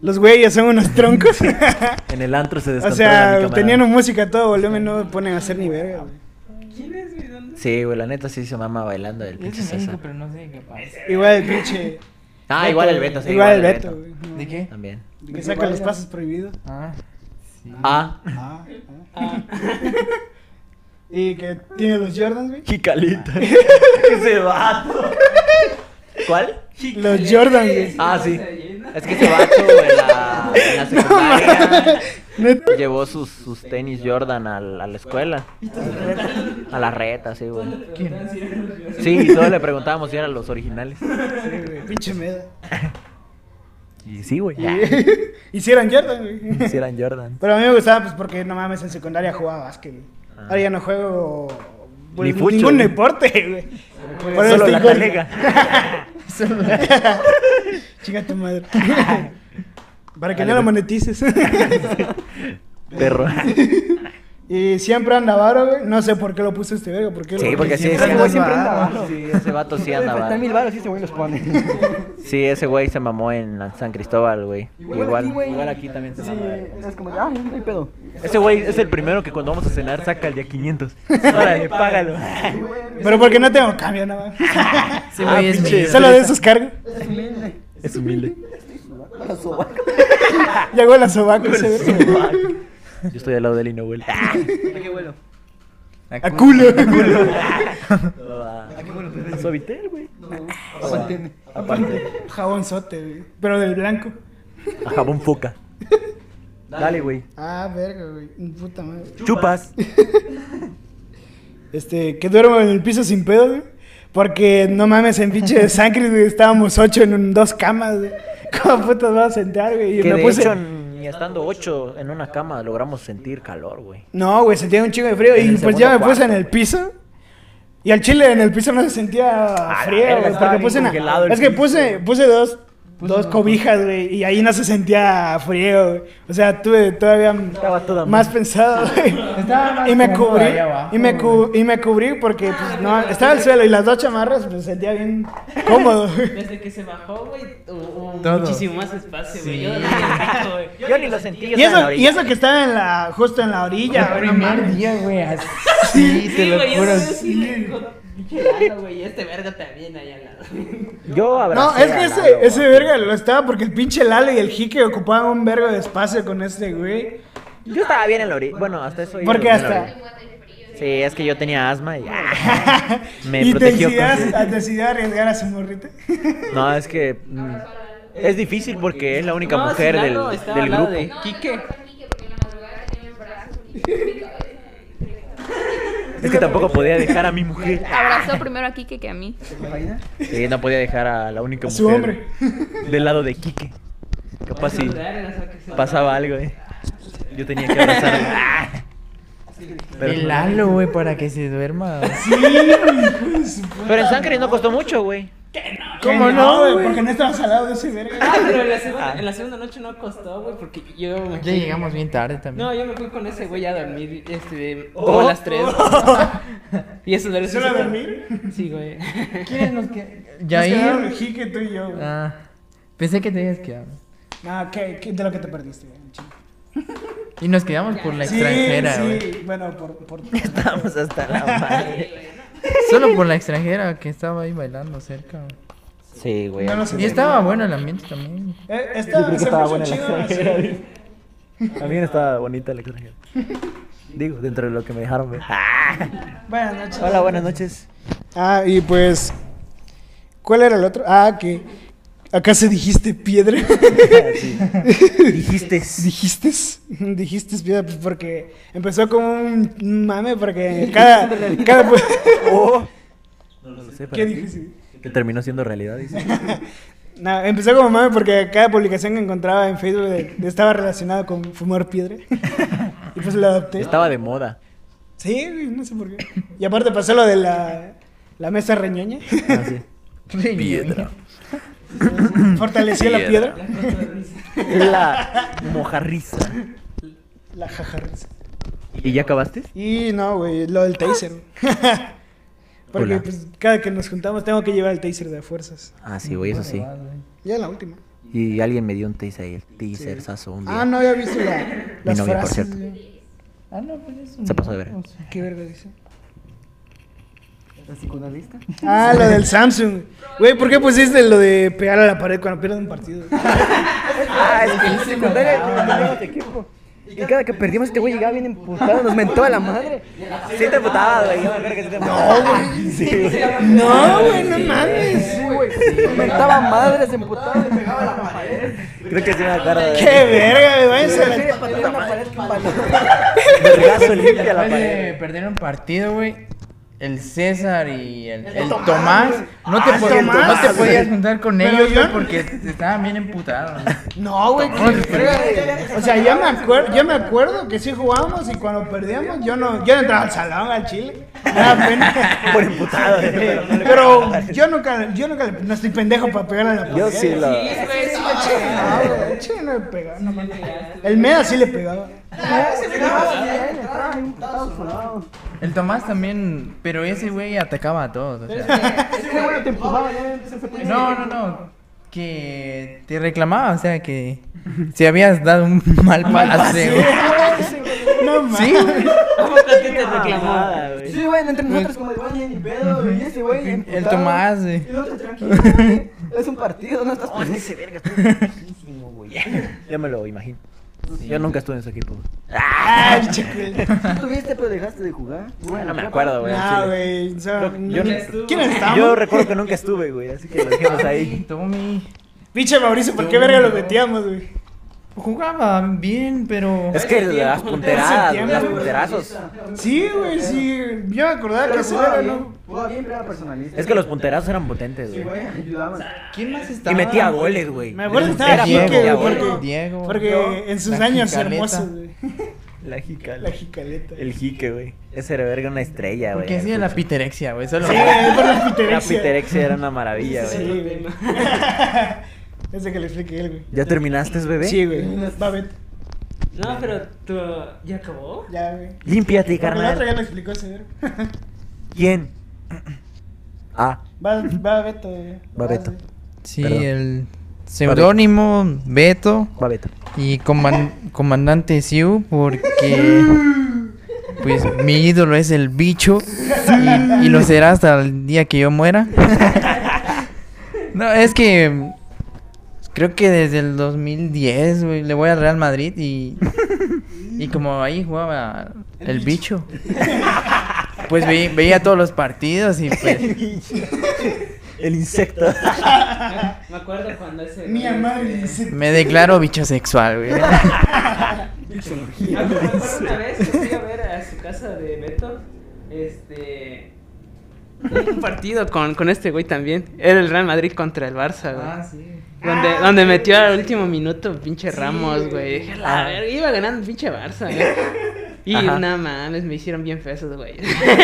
Speaker 4: los güeyes son unos troncos.
Speaker 6: En el antro se
Speaker 4: o
Speaker 6: descontrola mi
Speaker 4: sea,
Speaker 6: cámara.
Speaker 4: tenían música a todo volumen, no ponen a hacer ni verga, güey.
Speaker 9: ¿Quién es, güey? ¿Dónde?
Speaker 6: Sí, güey, la neta sí se mama bailando el
Speaker 9: Es
Speaker 6: pinche
Speaker 9: de
Speaker 6: César.
Speaker 9: México, pero no sé qué pasa.
Speaker 4: Igual el pinche.
Speaker 6: Ah, igual el Beto, sí.
Speaker 4: Igual el Beto, güey. no.
Speaker 9: ¿De qué?
Speaker 6: También.
Speaker 4: Que saca los pasos prohibidos.
Speaker 9: Ah.
Speaker 6: Ah,
Speaker 4: (laughs) Ah, ah. (laughs) Y que tiene los Jordans, güey.
Speaker 6: Jicalita. (laughs) ese vato.
Speaker 4: (laughs)
Speaker 6: ¿Cuál?
Speaker 4: Los Jordans, güey.
Speaker 6: Ah,
Speaker 9: no
Speaker 6: sí.
Speaker 9: se llena.
Speaker 6: Es que ese vato en la, en la secundaria
Speaker 4: Neta.
Speaker 6: llevó sus, sus tenis Jordan al- a, la escuela. A la reta, sí, güey.
Speaker 9: Preguntaban si eran los Jordans.
Speaker 6: Sí, y todos le preguntábamos si eran los originales.
Speaker 4: Sí, güey, Pinche meda.
Speaker 6: Y sí, güey. (laughs)
Speaker 4: (laughs) Hicieran Jordan, güey.
Speaker 6: Si eran Jordan.
Speaker 4: Pero a mí me gustaba, pues porque no mames, en secundaria jugaba básquet, güey. Ahora ya no juego.
Speaker 6: Ah. Ni
Speaker 4: pues,
Speaker 6: fucho,
Speaker 4: ningún
Speaker 6: güey.
Speaker 4: deporte, güey. Por eso
Speaker 6: Solo la
Speaker 4: estoy gordo.
Speaker 6: talega.
Speaker 4: (laughs)
Speaker 6: (laughs)
Speaker 4: Chinga tu madre. Para que
Speaker 6: Dale,
Speaker 4: no lo
Speaker 6: güey. (laughs)
Speaker 4: monetices.
Speaker 6: Perro.
Speaker 4: y siempre anda varo, güey. No sé por qué lo puso este verga. Porque
Speaker 6: Sí, porque sí,
Speaker 1: Siempre
Speaker 6: sí,
Speaker 1: anda-
Speaker 6: sí,
Speaker 1: siempre anda
Speaker 6: varo.
Speaker 1: varo.
Speaker 6: Sí, ese vato
Speaker 1: (laughs)
Speaker 6: sí anda
Speaker 1: Están
Speaker 6: varo.
Speaker 1: mil baros y ese güey los pone.
Speaker 6: (laughs) Sí, ese güey se mamó en San Cristóbal, güey. Igual, igual,
Speaker 1: aquí, güey.
Speaker 6: aquí también se eh.
Speaker 1: Sí,
Speaker 6: mamó.
Speaker 1: es como, ah, no hay pedo.
Speaker 6: Ese güey es el primero que cuando vamos a cenar saca el día 500. (laughs) Órale, págalo.
Speaker 4: Pero porque no tengo cambio, nada
Speaker 5: (laughs)
Speaker 4: más.
Speaker 5: Sí, Este
Speaker 4: Ah,
Speaker 5: güey, es
Speaker 6: pinche.
Speaker 5: mío.
Speaker 4: Solo de esos cargos.
Speaker 6: Es humilde.
Speaker 4: Ya huele a sobaco ese verga.
Speaker 6: Yo estoy al lado de él y no huele.
Speaker 4: A culo. (laughs)
Speaker 6: Suavitel, güey.
Speaker 4: Aparte. Jabonzote, güey. Pero del blanco.
Speaker 6: A jabón foca. Dale, güey.
Speaker 4: Ah, verga, güey. Puta madre.
Speaker 6: Chupas.
Speaker 4: Este, que duermo en el piso sin pedo, güey. Porque no mames, en pinche de sangre, güey, estábamos ocho en un- dos camas, güey. (laughs) ¿Cómo putas vas a sentar, güey? Y
Speaker 6: Que
Speaker 4: me
Speaker 6: de
Speaker 4: puse.
Speaker 6: hecho, ni estando ocho en una cama logramos sentir calor, güey.
Speaker 4: No, güey, sentía un chingo de frío.
Speaker 6: En
Speaker 4: Y
Speaker 6: el
Speaker 4: pues ya me
Speaker 6: segundo
Speaker 4: puse en
Speaker 6: cuarto,
Speaker 4: el
Speaker 6: güey.
Speaker 4: piso. Y al chile en el piso no se sentía
Speaker 6: la
Speaker 4: frío,
Speaker 6: verga,
Speaker 4: güey.
Speaker 6: estaba
Speaker 4: Porque
Speaker 6: bien
Speaker 4: puse una-
Speaker 6: congelado el
Speaker 4: Es que
Speaker 6: piso,
Speaker 4: puse, puse dos. Dos cobijas, güey, y ahí no se sentía frío, güey. O sea, tuve todavía
Speaker 6: Estaba toda
Speaker 4: más pensado,
Speaker 6: (laughs)
Speaker 4: güey.
Speaker 9: Estaba más
Speaker 4: Y me
Speaker 9: cómodo
Speaker 4: cubrí,
Speaker 9: ahí abajo,
Speaker 4: y me, cu- y me cubrí porque
Speaker 6: Ah,
Speaker 4: pues, no, estaba el suelo y las dos chamarras, pues sentía bien cómodo,
Speaker 6: (laughs)
Speaker 4: güey.
Speaker 9: Desde que se bajó, güey, hubo
Speaker 3: Todo.
Speaker 9: muchísimo más espacio, güey. Yo, dormía rico,
Speaker 5: (laughs)
Speaker 9: güey. Yo
Speaker 6: Yo ni lo sentí. yo
Speaker 4: Y
Speaker 6: estaba en la orilla.
Speaker 4: eso, y eso que estaba en la, justo en la orilla, güey. no mames.
Speaker 3: primer día, güey. Sí, te lo
Speaker 9: güey, yo
Speaker 3: juro.
Speaker 9: estoy así,
Speaker 3: Sí.
Speaker 9: güey, con- Gelando, güey, y este verga también ahí al lado.
Speaker 6: Yo
Speaker 4: No,
Speaker 6: abracé
Speaker 4: es que
Speaker 6: a
Speaker 4: ese,
Speaker 6: Lalo, güey.
Speaker 4: ese verga lo estaba porque el pinche Lalo y el Jique ocupaban un vergo de espacio con este güey.
Speaker 6: Yo estaba bien en la orilla. Bueno, hasta eso. iba
Speaker 4: Porque
Speaker 6: bien en la
Speaker 4: hasta.
Speaker 6: orilla. Sí, es que yo tenía asma
Speaker 4: (laughs)
Speaker 6: y. Me
Speaker 4: y te
Speaker 6: protegió. con-
Speaker 4: decidas- a- decidió arriesgar a su morrita.
Speaker 6: No, es que. mm, Es difícil porque es la única
Speaker 5: No,
Speaker 6: mujer
Speaker 5: sí,
Speaker 6: del,
Speaker 5: Lalo estaba
Speaker 6: del
Speaker 5: al lado
Speaker 6: grupo.
Speaker 5: de Quique.
Speaker 6: Es que tampoco podía dejar a mi mujer.
Speaker 7: Abrazó primero a Kike que a mí.
Speaker 6: Sí, no podía dejar a la única
Speaker 4: A
Speaker 6: mujer.
Speaker 4: su hombre.
Speaker 6: Del lado de Quique. Capaz si
Speaker 9: Dale, no sé qué se-
Speaker 6: pasaba algo, eh. Yo tenía que (laughs) abrazarla. Pero,
Speaker 3: El Lalo, güey, para que se duerma.
Speaker 6: pero en sangre no costó mucho, (laughs) güey.
Speaker 4: ¿Cómo no, güey? Porque no estabas al lado de ese verga.
Speaker 9: Ah, pero en la, segunda, en la segunda noche no costó, güey, porque yo me
Speaker 3: Ya
Speaker 9: fui-
Speaker 3: llegamos bien tarde también.
Speaker 9: No, yo me fui con ese güey a dormir, este, como a las 3.
Speaker 4: (laughs)
Speaker 9: Y eso de
Speaker 4: Oh. ¿Solo a dormir?
Speaker 9: Sí, güey.
Speaker 3: ¿Quiénes nos quedan?
Speaker 4: Nos quedaron
Speaker 3: Yair.
Speaker 4: el Jique, tú y yo, güey.
Speaker 3: Ah, pensé que te habías quedado.
Speaker 4: No, ¿qué, qué- de lo que te perdiste, güey. chico.
Speaker 3: Y nos quedamos por la
Speaker 4: Sí,
Speaker 3: extranjera, güey.
Speaker 4: sí. Bueno, por. por... Eh,
Speaker 6: Estábamos hasta la madre.
Speaker 3: Solo por la extranjera que estaba ahí bailando cerca. güey.
Speaker 6: Sí, güey.
Speaker 4: No lo sé.
Speaker 3: Y estaba bueno el ambiente también.
Speaker 4: Eh, estaba, se puso chido. así.
Speaker 6: También está bonita la extranjera. Digo, dentro de lo que me dejaron ver.
Speaker 4: Buenas noches.
Speaker 6: Ah. Hola, buenas noches.
Speaker 4: Ah, y pues. ¿Cuál era el otro? Ah, que. Acá se dijiste piedra.
Speaker 6: (laughs) Sí. (laughs) Dijiste.
Speaker 4: ¿Dijiste? (laughs) Dijiste piedra, pues porque empezó como un mame, porque cada. cada (laughs) pues-
Speaker 6: (laughs) Oh. No lo sé,
Speaker 4: ¿Qué
Speaker 6: pero
Speaker 4: difícil.
Speaker 6: que terminó siendo realidad. dice.
Speaker 4: No, empezó como mame porque cada publicación que encontraba en Facebook de- de- estaba relacionada con fumar piedra. (laughs) Y pues la adopté.
Speaker 6: Estaba de moda.
Speaker 4: Sí, güey, no sé por qué. Y aparte pasó lo de la, la mesa reñoña. (laughs)
Speaker 6: Ah, (laughs) sí.
Speaker 10: Piedra.
Speaker 4: Fortaleció la
Speaker 10: Piedra.
Speaker 4: piedra.
Speaker 6: La mojarriza.
Speaker 4: La jajarriza.
Speaker 6: ¿Y ya acabaste?
Speaker 4: Y no, güey, lo del taser. güey. (laughs) Porque
Speaker 6: Hola.
Speaker 4: pues, cada que nos juntamos tengo que llevar el taser de a fuerzas.
Speaker 6: Ah, sí, güey, eso sí.
Speaker 4: Ya la última.
Speaker 6: Y alguien me dio un taser, el taser, sazo, un día.
Speaker 4: Ah, no había visto la, las
Speaker 6: novia, por
Speaker 4: frases.
Speaker 6: cierto.
Speaker 4: güey.
Speaker 1: Ah, no, pues es un.
Speaker 6: Se pasó de ver.
Speaker 4: Qué verga dice.
Speaker 1: ¿La psicoanalista?
Speaker 4: Ah, lo del Samsung. Güey, ¿por qué pusiste lo de pegar a la pared cuando pierden
Speaker 6: (laughs)
Speaker 4: un partido?
Speaker 6: Ah, es que en secundaria cambiamos de equipo. Y cada que perdíamos este güey llegaba bien emputado, nos mentó a la madre. Sí te emputabas, güey. Yo me acuerdo que sí te emputabas. No, güey. (laughs) Sí, güey.
Speaker 4: No, güey, no mames.
Speaker 6: Sí, güey. Nos mentaba madre, se emputaba y pegaba la pared. Creo que sí me acuerdo de
Speaker 4: Qué verga, güey. váyanse a la-
Speaker 6: (laughs) Vergazo limpia a la
Speaker 3: Después de
Speaker 6: pared.
Speaker 3: perder un partido, güey. El César y el, el Tomás, no te,
Speaker 6: Ah,
Speaker 3: podías-
Speaker 4: Tomás,
Speaker 3: no te
Speaker 4: güey.
Speaker 3: podías juntar con
Speaker 4: Pero
Speaker 3: ellos
Speaker 4: yo
Speaker 3: güey,
Speaker 4: no-
Speaker 3: porque estaban bien emputados.
Speaker 4: No, güey, qué verga, güey. O sea, yo me acuerdo, yo me acuerdo que sí jugábamos y cuando perdíamos yo no, yo no entraba al salón al Chile. Me daba pena.
Speaker 6: (laughs) Por
Speaker 4: (laughs)
Speaker 6: emputado, güey, pero no le
Speaker 4: Pero
Speaker 6: pegaba.
Speaker 4: yo nunca, yo nunca le- no estoy pendejo para pegarle a la pared.
Speaker 6: Yo sí
Speaker 9: (laughs)
Speaker 6: lo.
Speaker 4: (laughs) No, güey, Chile no le pegaba, no mames. El Meda sí le pegaba.
Speaker 3: El Tomás también, pero ese güey atacaba a todos. o sea. No, no, no. Que te reclamaba, o sea, que si habías dado un mal palazo. güey.
Speaker 6: (laughs)
Speaker 4: No mames.
Speaker 3: Sí, güey.
Speaker 6: Nada, güey.
Speaker 1: Sí, güey, entre nosotros como de, oye, ni pedo, y ese güey.
Speaker 3: El
Speaker 1: emputado.
Speaker 3: Tomás, güey.
Speaker 1: Y nosotros tranquilos, güey, es un
Speaker 6: (laughs)
Speaker 1: partido, no estás por ese verga.
Speaker 6: Ya me lo imagino. Yo nunca estuve en su equipo. güey.
Speaker 4: Ay, chiquillo.
Speaker 1: Tú tuviste, pero dejaste de jugar.
Speaker 6: Ah, Bueno, no me acuerdo, güey. al
Speaker 4: No,
Speaker 6: chile.
Speaker 4: güey. o sea,
Speaker 6: Yo,
Speaker 4: ¿Quién estamos?
Speaker 6: yo recuerdo que nunca estuve, güey, así que lo (laughs) dejemos ahí.
Speaker 3: Tommy
Speaker 4: Pinche Mauricio, ¿por qué verga lo metíamos, güey?
Speaker 3: jugaba bien, pero.
Speaker 6: Es que las punteradas, güey, las punterazos.
Speaker 4: Sí, güey, sí. Yo me acordaba que ese
Speaker 1: Jugaba
Speaker 4: verga
Speaker 1: bien,
Speaker 4: no.
Speaker 1: jugaba bien, pero era personalista.
Speaker 6: Es que los punterazos eran potentes, güey.
Speaker 1: Güey, ayudaban.
Speaker 3: ¿Quién más estaba?
Speaker 6: Y metía goles, güey.
Speaker 4: Me acuerdo que
Speaker 6: Era
Speaker 4: estaba
Speaker 6: Pique,
Speaker 4: Jique,
Speaker 6: metía
Speaker 4: güey,
Speaker 6: goles.
Speaker 4: porque,
Speaker 3: Diego,
Speaker 4: porque
Speaker 3: yo,
Speaker 4: en sus
Speaker 3: la
Speaker 4: años
Speaker 3: jicaleta.
Speaker 4: hermosos, güey.
Speaker 6: La jica.
Speaker 4: La jicaleta.
Speaker 6: El jique, güey. Ese era verga una estrella, güey.
Speaker 3: Porque hacía la piterexia, güey. Solo.
Speaker 4: Sí, es por la
Speaker 6: La
Speaker 4: piterexia.
Speaker 6: piterexia era una maravilla,
Speaker 4: Sí,
Speaker 6: güey.
Speaker 4: güey. Ese que le expliqué él, güey.
Speaker 6: ¿Ya terminaste, bebé?
Speaker 4: Sí, güey. Va, vete.
Speaker 11: No, pero tú. ¿Ya
Speaker 4: (laughs)
Speaker 11: acabó?
Speaker 4: Ya, güey.
Speaker 6: Límpiate,
Speaker 4: Porque La otra
Speaker 6: carnal.
Speaker 4: ya lo explicó ese verga.
Speaker 6: ¿Quién? (clears throat) Ah,
Speaker 4: (laughs) Va, va Beto, güey.
Speaker 6: Va Beto.
Speaker 4: güey.
Speaker 3: Sí,
Speaker 6: Perdón.
Speaker 3: el seudónimo Beto
Speaker 6: va Beto.
Speaker 3: y coman- comandante Siu porque pues mi ídolo es el bicho y, y lo será hasta el día que yo muera. (laughs) No, es que creo que desde el 2010 güey, le voy al Real Madrid y y como ahí jugaba el bicho. (laughs) Pues ve- veía todos los partidos y pues
Speaker 6: El insecto.
Speaker 11: Me acuerdo cuando ese.
Speaker 4: Mi madre
Speaker 9: este,
Speaker 3: (laughs)
Speaker 4: dice.
Speaker 3: me declaro bicho sexual, güey.
Speaker 11: Me acuerdo una vez que fui a ver a su casa de Beto. Este.
Speaker 5: (laughs) Un partido con, con este güey también. Era el Real Madrid contra el Barça, güey. Donde, donde metió al último minuto pinche Ramos, güey. Dije, la verga, iba ganando el pinche Barça, güey. Y
Speaker 6: Ajá.
Speaker 5: nada mames, me hicieron bien fesos, güey.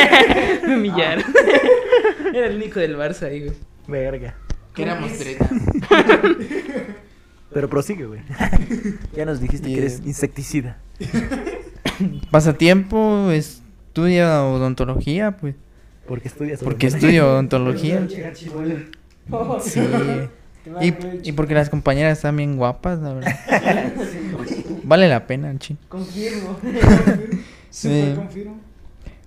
Speaker 5: (laughs) me humillaron. (laughs) Era el único del Barça ahí, güey.
Speaker 6: (laughs) Verga.
Speaker 3: Que éramos treta.
Speaker 6: Pero prosigue, (laughs) güey. ya nos dijiste que
Speaker 3: Y-
Speaker 6: eres insecticida.
Speaker 3: Pasatiempo, estudia odontología, pues.
Speaker 6: Porque estudias.
Speaker 3: Porque
Speaker 6: odontología.
Speaker 3: (laughs) estudio odontología. (laughs) Sí. Y, y porque las compañeras están bien guapas, la verdad. (laughs) Vale la pena, ching.
Speaker 4: (laughs)
Speaker 11: Confirmo.
Speaker 4: Super
Speaker 3: Sí.
Speaker 4: confirmo.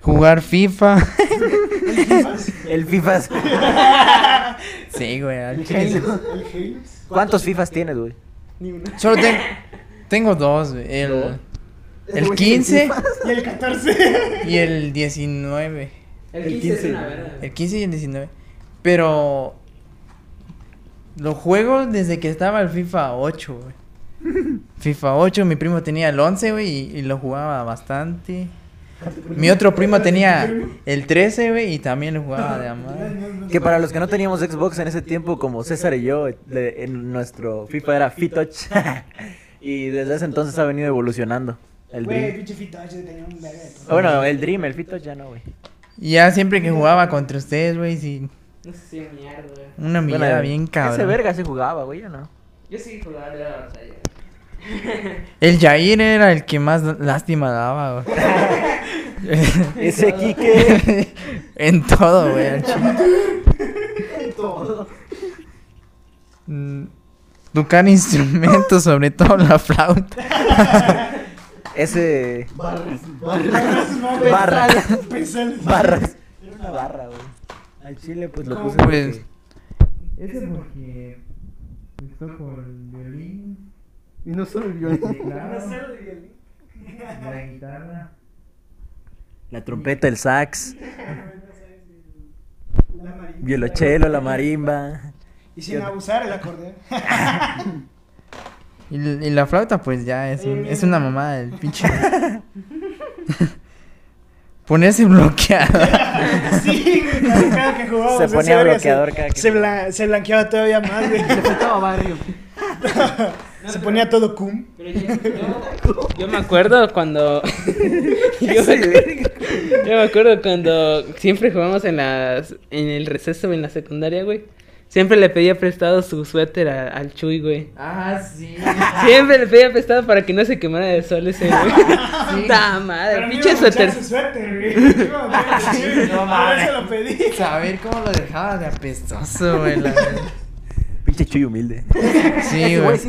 Speaker 3: Jugar FIFA.
Speaker 6: (laughs)
Speaker 3: (laughs)
Speaker 6: El FIFAs.
Speaker 3: Sí, güey. al
Speaker 4: El
Speaker 3: chile.
Speaker 4: Halo.
Speaker 6: ¿Cuántos FIFAs tienes, güey?
Speaker 3: Solo, ten- Tengo dos, güey,
Speaker 6: ¿Dos?
Speaker 3: el, el 15
Speaker 4: Y el 14.
Speaker 3: y el 19.
Speaker 9: El
Speaker 1: El
Speaker 9: 15, es
Speaker 1: 15.
Speaker 9: una verga. güey.
Speaker 3: El 15 y el 19. Pero lo juego desde que estaba el FIFA 8, güey. FIFA 8, mi primo tenía el 11, güey, y, y lo jugaba bastante. Mi otro primo tenía el 13, güey, y también lo jugaba de amar.
Speaker 6: Que para los que no teníamos Xbox en ese tiempo, como César y yo, le- en nuestro FIFA era Fitoch. (laughs) y desde ese entonces ha venido evolucionando. El
Speaker 4: Güey,
Speaker 6: Dream.
Speaker 4: pinche fitacho, tenía un verga de todo.
Speaker 6: Ah, Bueno, el Dream, el Fitoch ya no, güey.
Speaker 3: Y ya siempre que jugaba contra ustedes, güey, sí,
Speaker 9: No sé si es mierda. güey.
Speaker 6: Bueno,
Speaker 3: una mirada bien
Speaker 6: Ese
Speaker 3: cabrón.
Speaker 6: verga se jugaba, güey, ya no.
Speaker 9: Yo sí jugaba de la batalla.
Speaker 3: El Jair era el que más lástima daba, güey.
Speaker 6: (laughs) Ese Kike.
Speaker 3: (laughs) en todo, güey. al chile. Mm, Tocar
Speaker 1: (laughs)
Speaker 3: instrumentos, sobre todo la flauta.
Speaker 6: Ese. (laughs)
Speaker 4: Barra.
Speaker 6: Barras.
Speaker 4: Pensé
Speaker 6: Barras. Era una barra, güey. Al chile, pues lo puse.
Speaker 3: Pues,
Speaker 1: Ese porque. Toco el violín. Y no
Speaker 6: (laughs)
Speaker 1: solo el violín. La guitarra.
Speaker 6: La trompeta, el sax. Violochelo, la
Speaker 3: (laughs)
Speaker 6: marimba.
Speaker 4: Y sin abusar el
Speaker 6: (laughs)
Speaker 4: acordeón.
Speaker 3: y, y la flauta, pues ya es, un- es una mamada del
Speaker 1: (laughs)
Speaker 3: pinche. Ponerse
Speaker 1: (laughs)
Speaker 3: bloqueada.
Speaker 4: sí, güey, cada que jugábamos.
Speaker 6: Se
Speaker 4: ese
Speaker 6: ponía
Speaker 4: verga
Speaker 6: bloqueador cada que-
Speaker 4: se, bla- se blanqueaba todavía
Speaker 6: (laughs)
Speaker 4: más, güey. (laughs)
Speaker 1: Estaba barrio.
Speaker 4: se ponía todo cum.
Speaker 9: Pero yo, yo me acuerdo
Speaker 6: (laughs)
Speaker 9: cuando. yo, me acuerdo, yo me acuerdo cuando siempre jugamos en las en el receso en la secundaria, güey. Siempre le pedía prestado su suéter a- al Chuy, güey.
Speaker 3: Ah, sí.
Speaker 9: Siempre le pedía prestado para que no se quemara de sol ese,
Speaker 6: (laughs)
Speaker 9: güey. (laughs) ¡Ta
Speaker 4: Pero
Speaker 9: madre!
Speaker 4: no
Speaker 9: ¡Pinche
Speaker 4: iba a manchar
Speaker 9: suéter!
Speaker 4: su suéter, güey. Iba
Speaker 6: (laughs)
Speaker 4: a manchar su suéter.
Speaker 3: No
Speaker 4: Por
Speaker 3: mames.
Speaker 4: eso lo pedí.
Speaker 3: Saber cómo lo dejaba de apestoso,
Speaker 1: (laughs)
Speaker 3: güey. la verdad.
Speaker 6: Pinche chuy humilde.
Speaker 3: Sí, güey.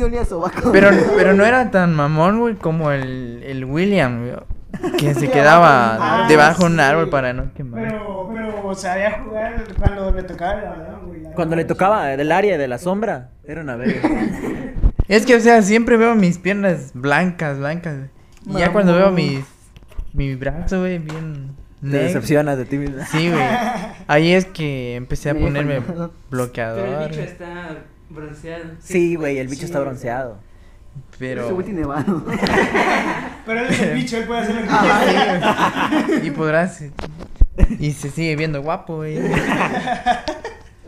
Speaker 3: Pero, pero no era tan mamón, güey, como el, el William, güey, que se quedaba
Speaker 4: Ah,
Speaker 3: debajo de un
Speaker 4: sí.
Speaker 3: árbol para no quemar.
Speaker 4: Pero, pero sabía jugar cuando le tocaba el balón, güey. la
Speaker 6: Cuando le
Speaker 4: verdad.
Speaker 6: tocaba el área de la sombra, era una verga.
Speaker 3: Es que, o sea, siempre veo mis piernas blancas, blancas. güey. Y ya cuando veo mis, mi brazo, güey, bien
Speaker 6: Te
Speaker 3: negro.
Speaker 6: decepcionas de ti mismo.
Speaker 3: Sí, güey. Ahí es que empecé a
Speaker 1: Me
Speaker 3: ponerme
Speaker 1: dijo, "No".
Speaker 9: Pero el
Speaker 3: bloqueador.
Speaker 9: bicho
Speaker 3: güey.
Speaker 9: está bronceado.
Speaker 6: Sí, güey, el bicho está bronceado.
Speaker 1: Ese
Speaker 3: Pero...
Speaker 1: güey tiene vano.
Speaker 4: Pero él es el bicho, él puede hacer lo que
Speaker 3: (laughs) (laughs) Sí,
Speaker 4: quiera.
Speaker 3: güey. y podrás... Y se sigue viendo guapo, güey.
Speaker 1: (laughs)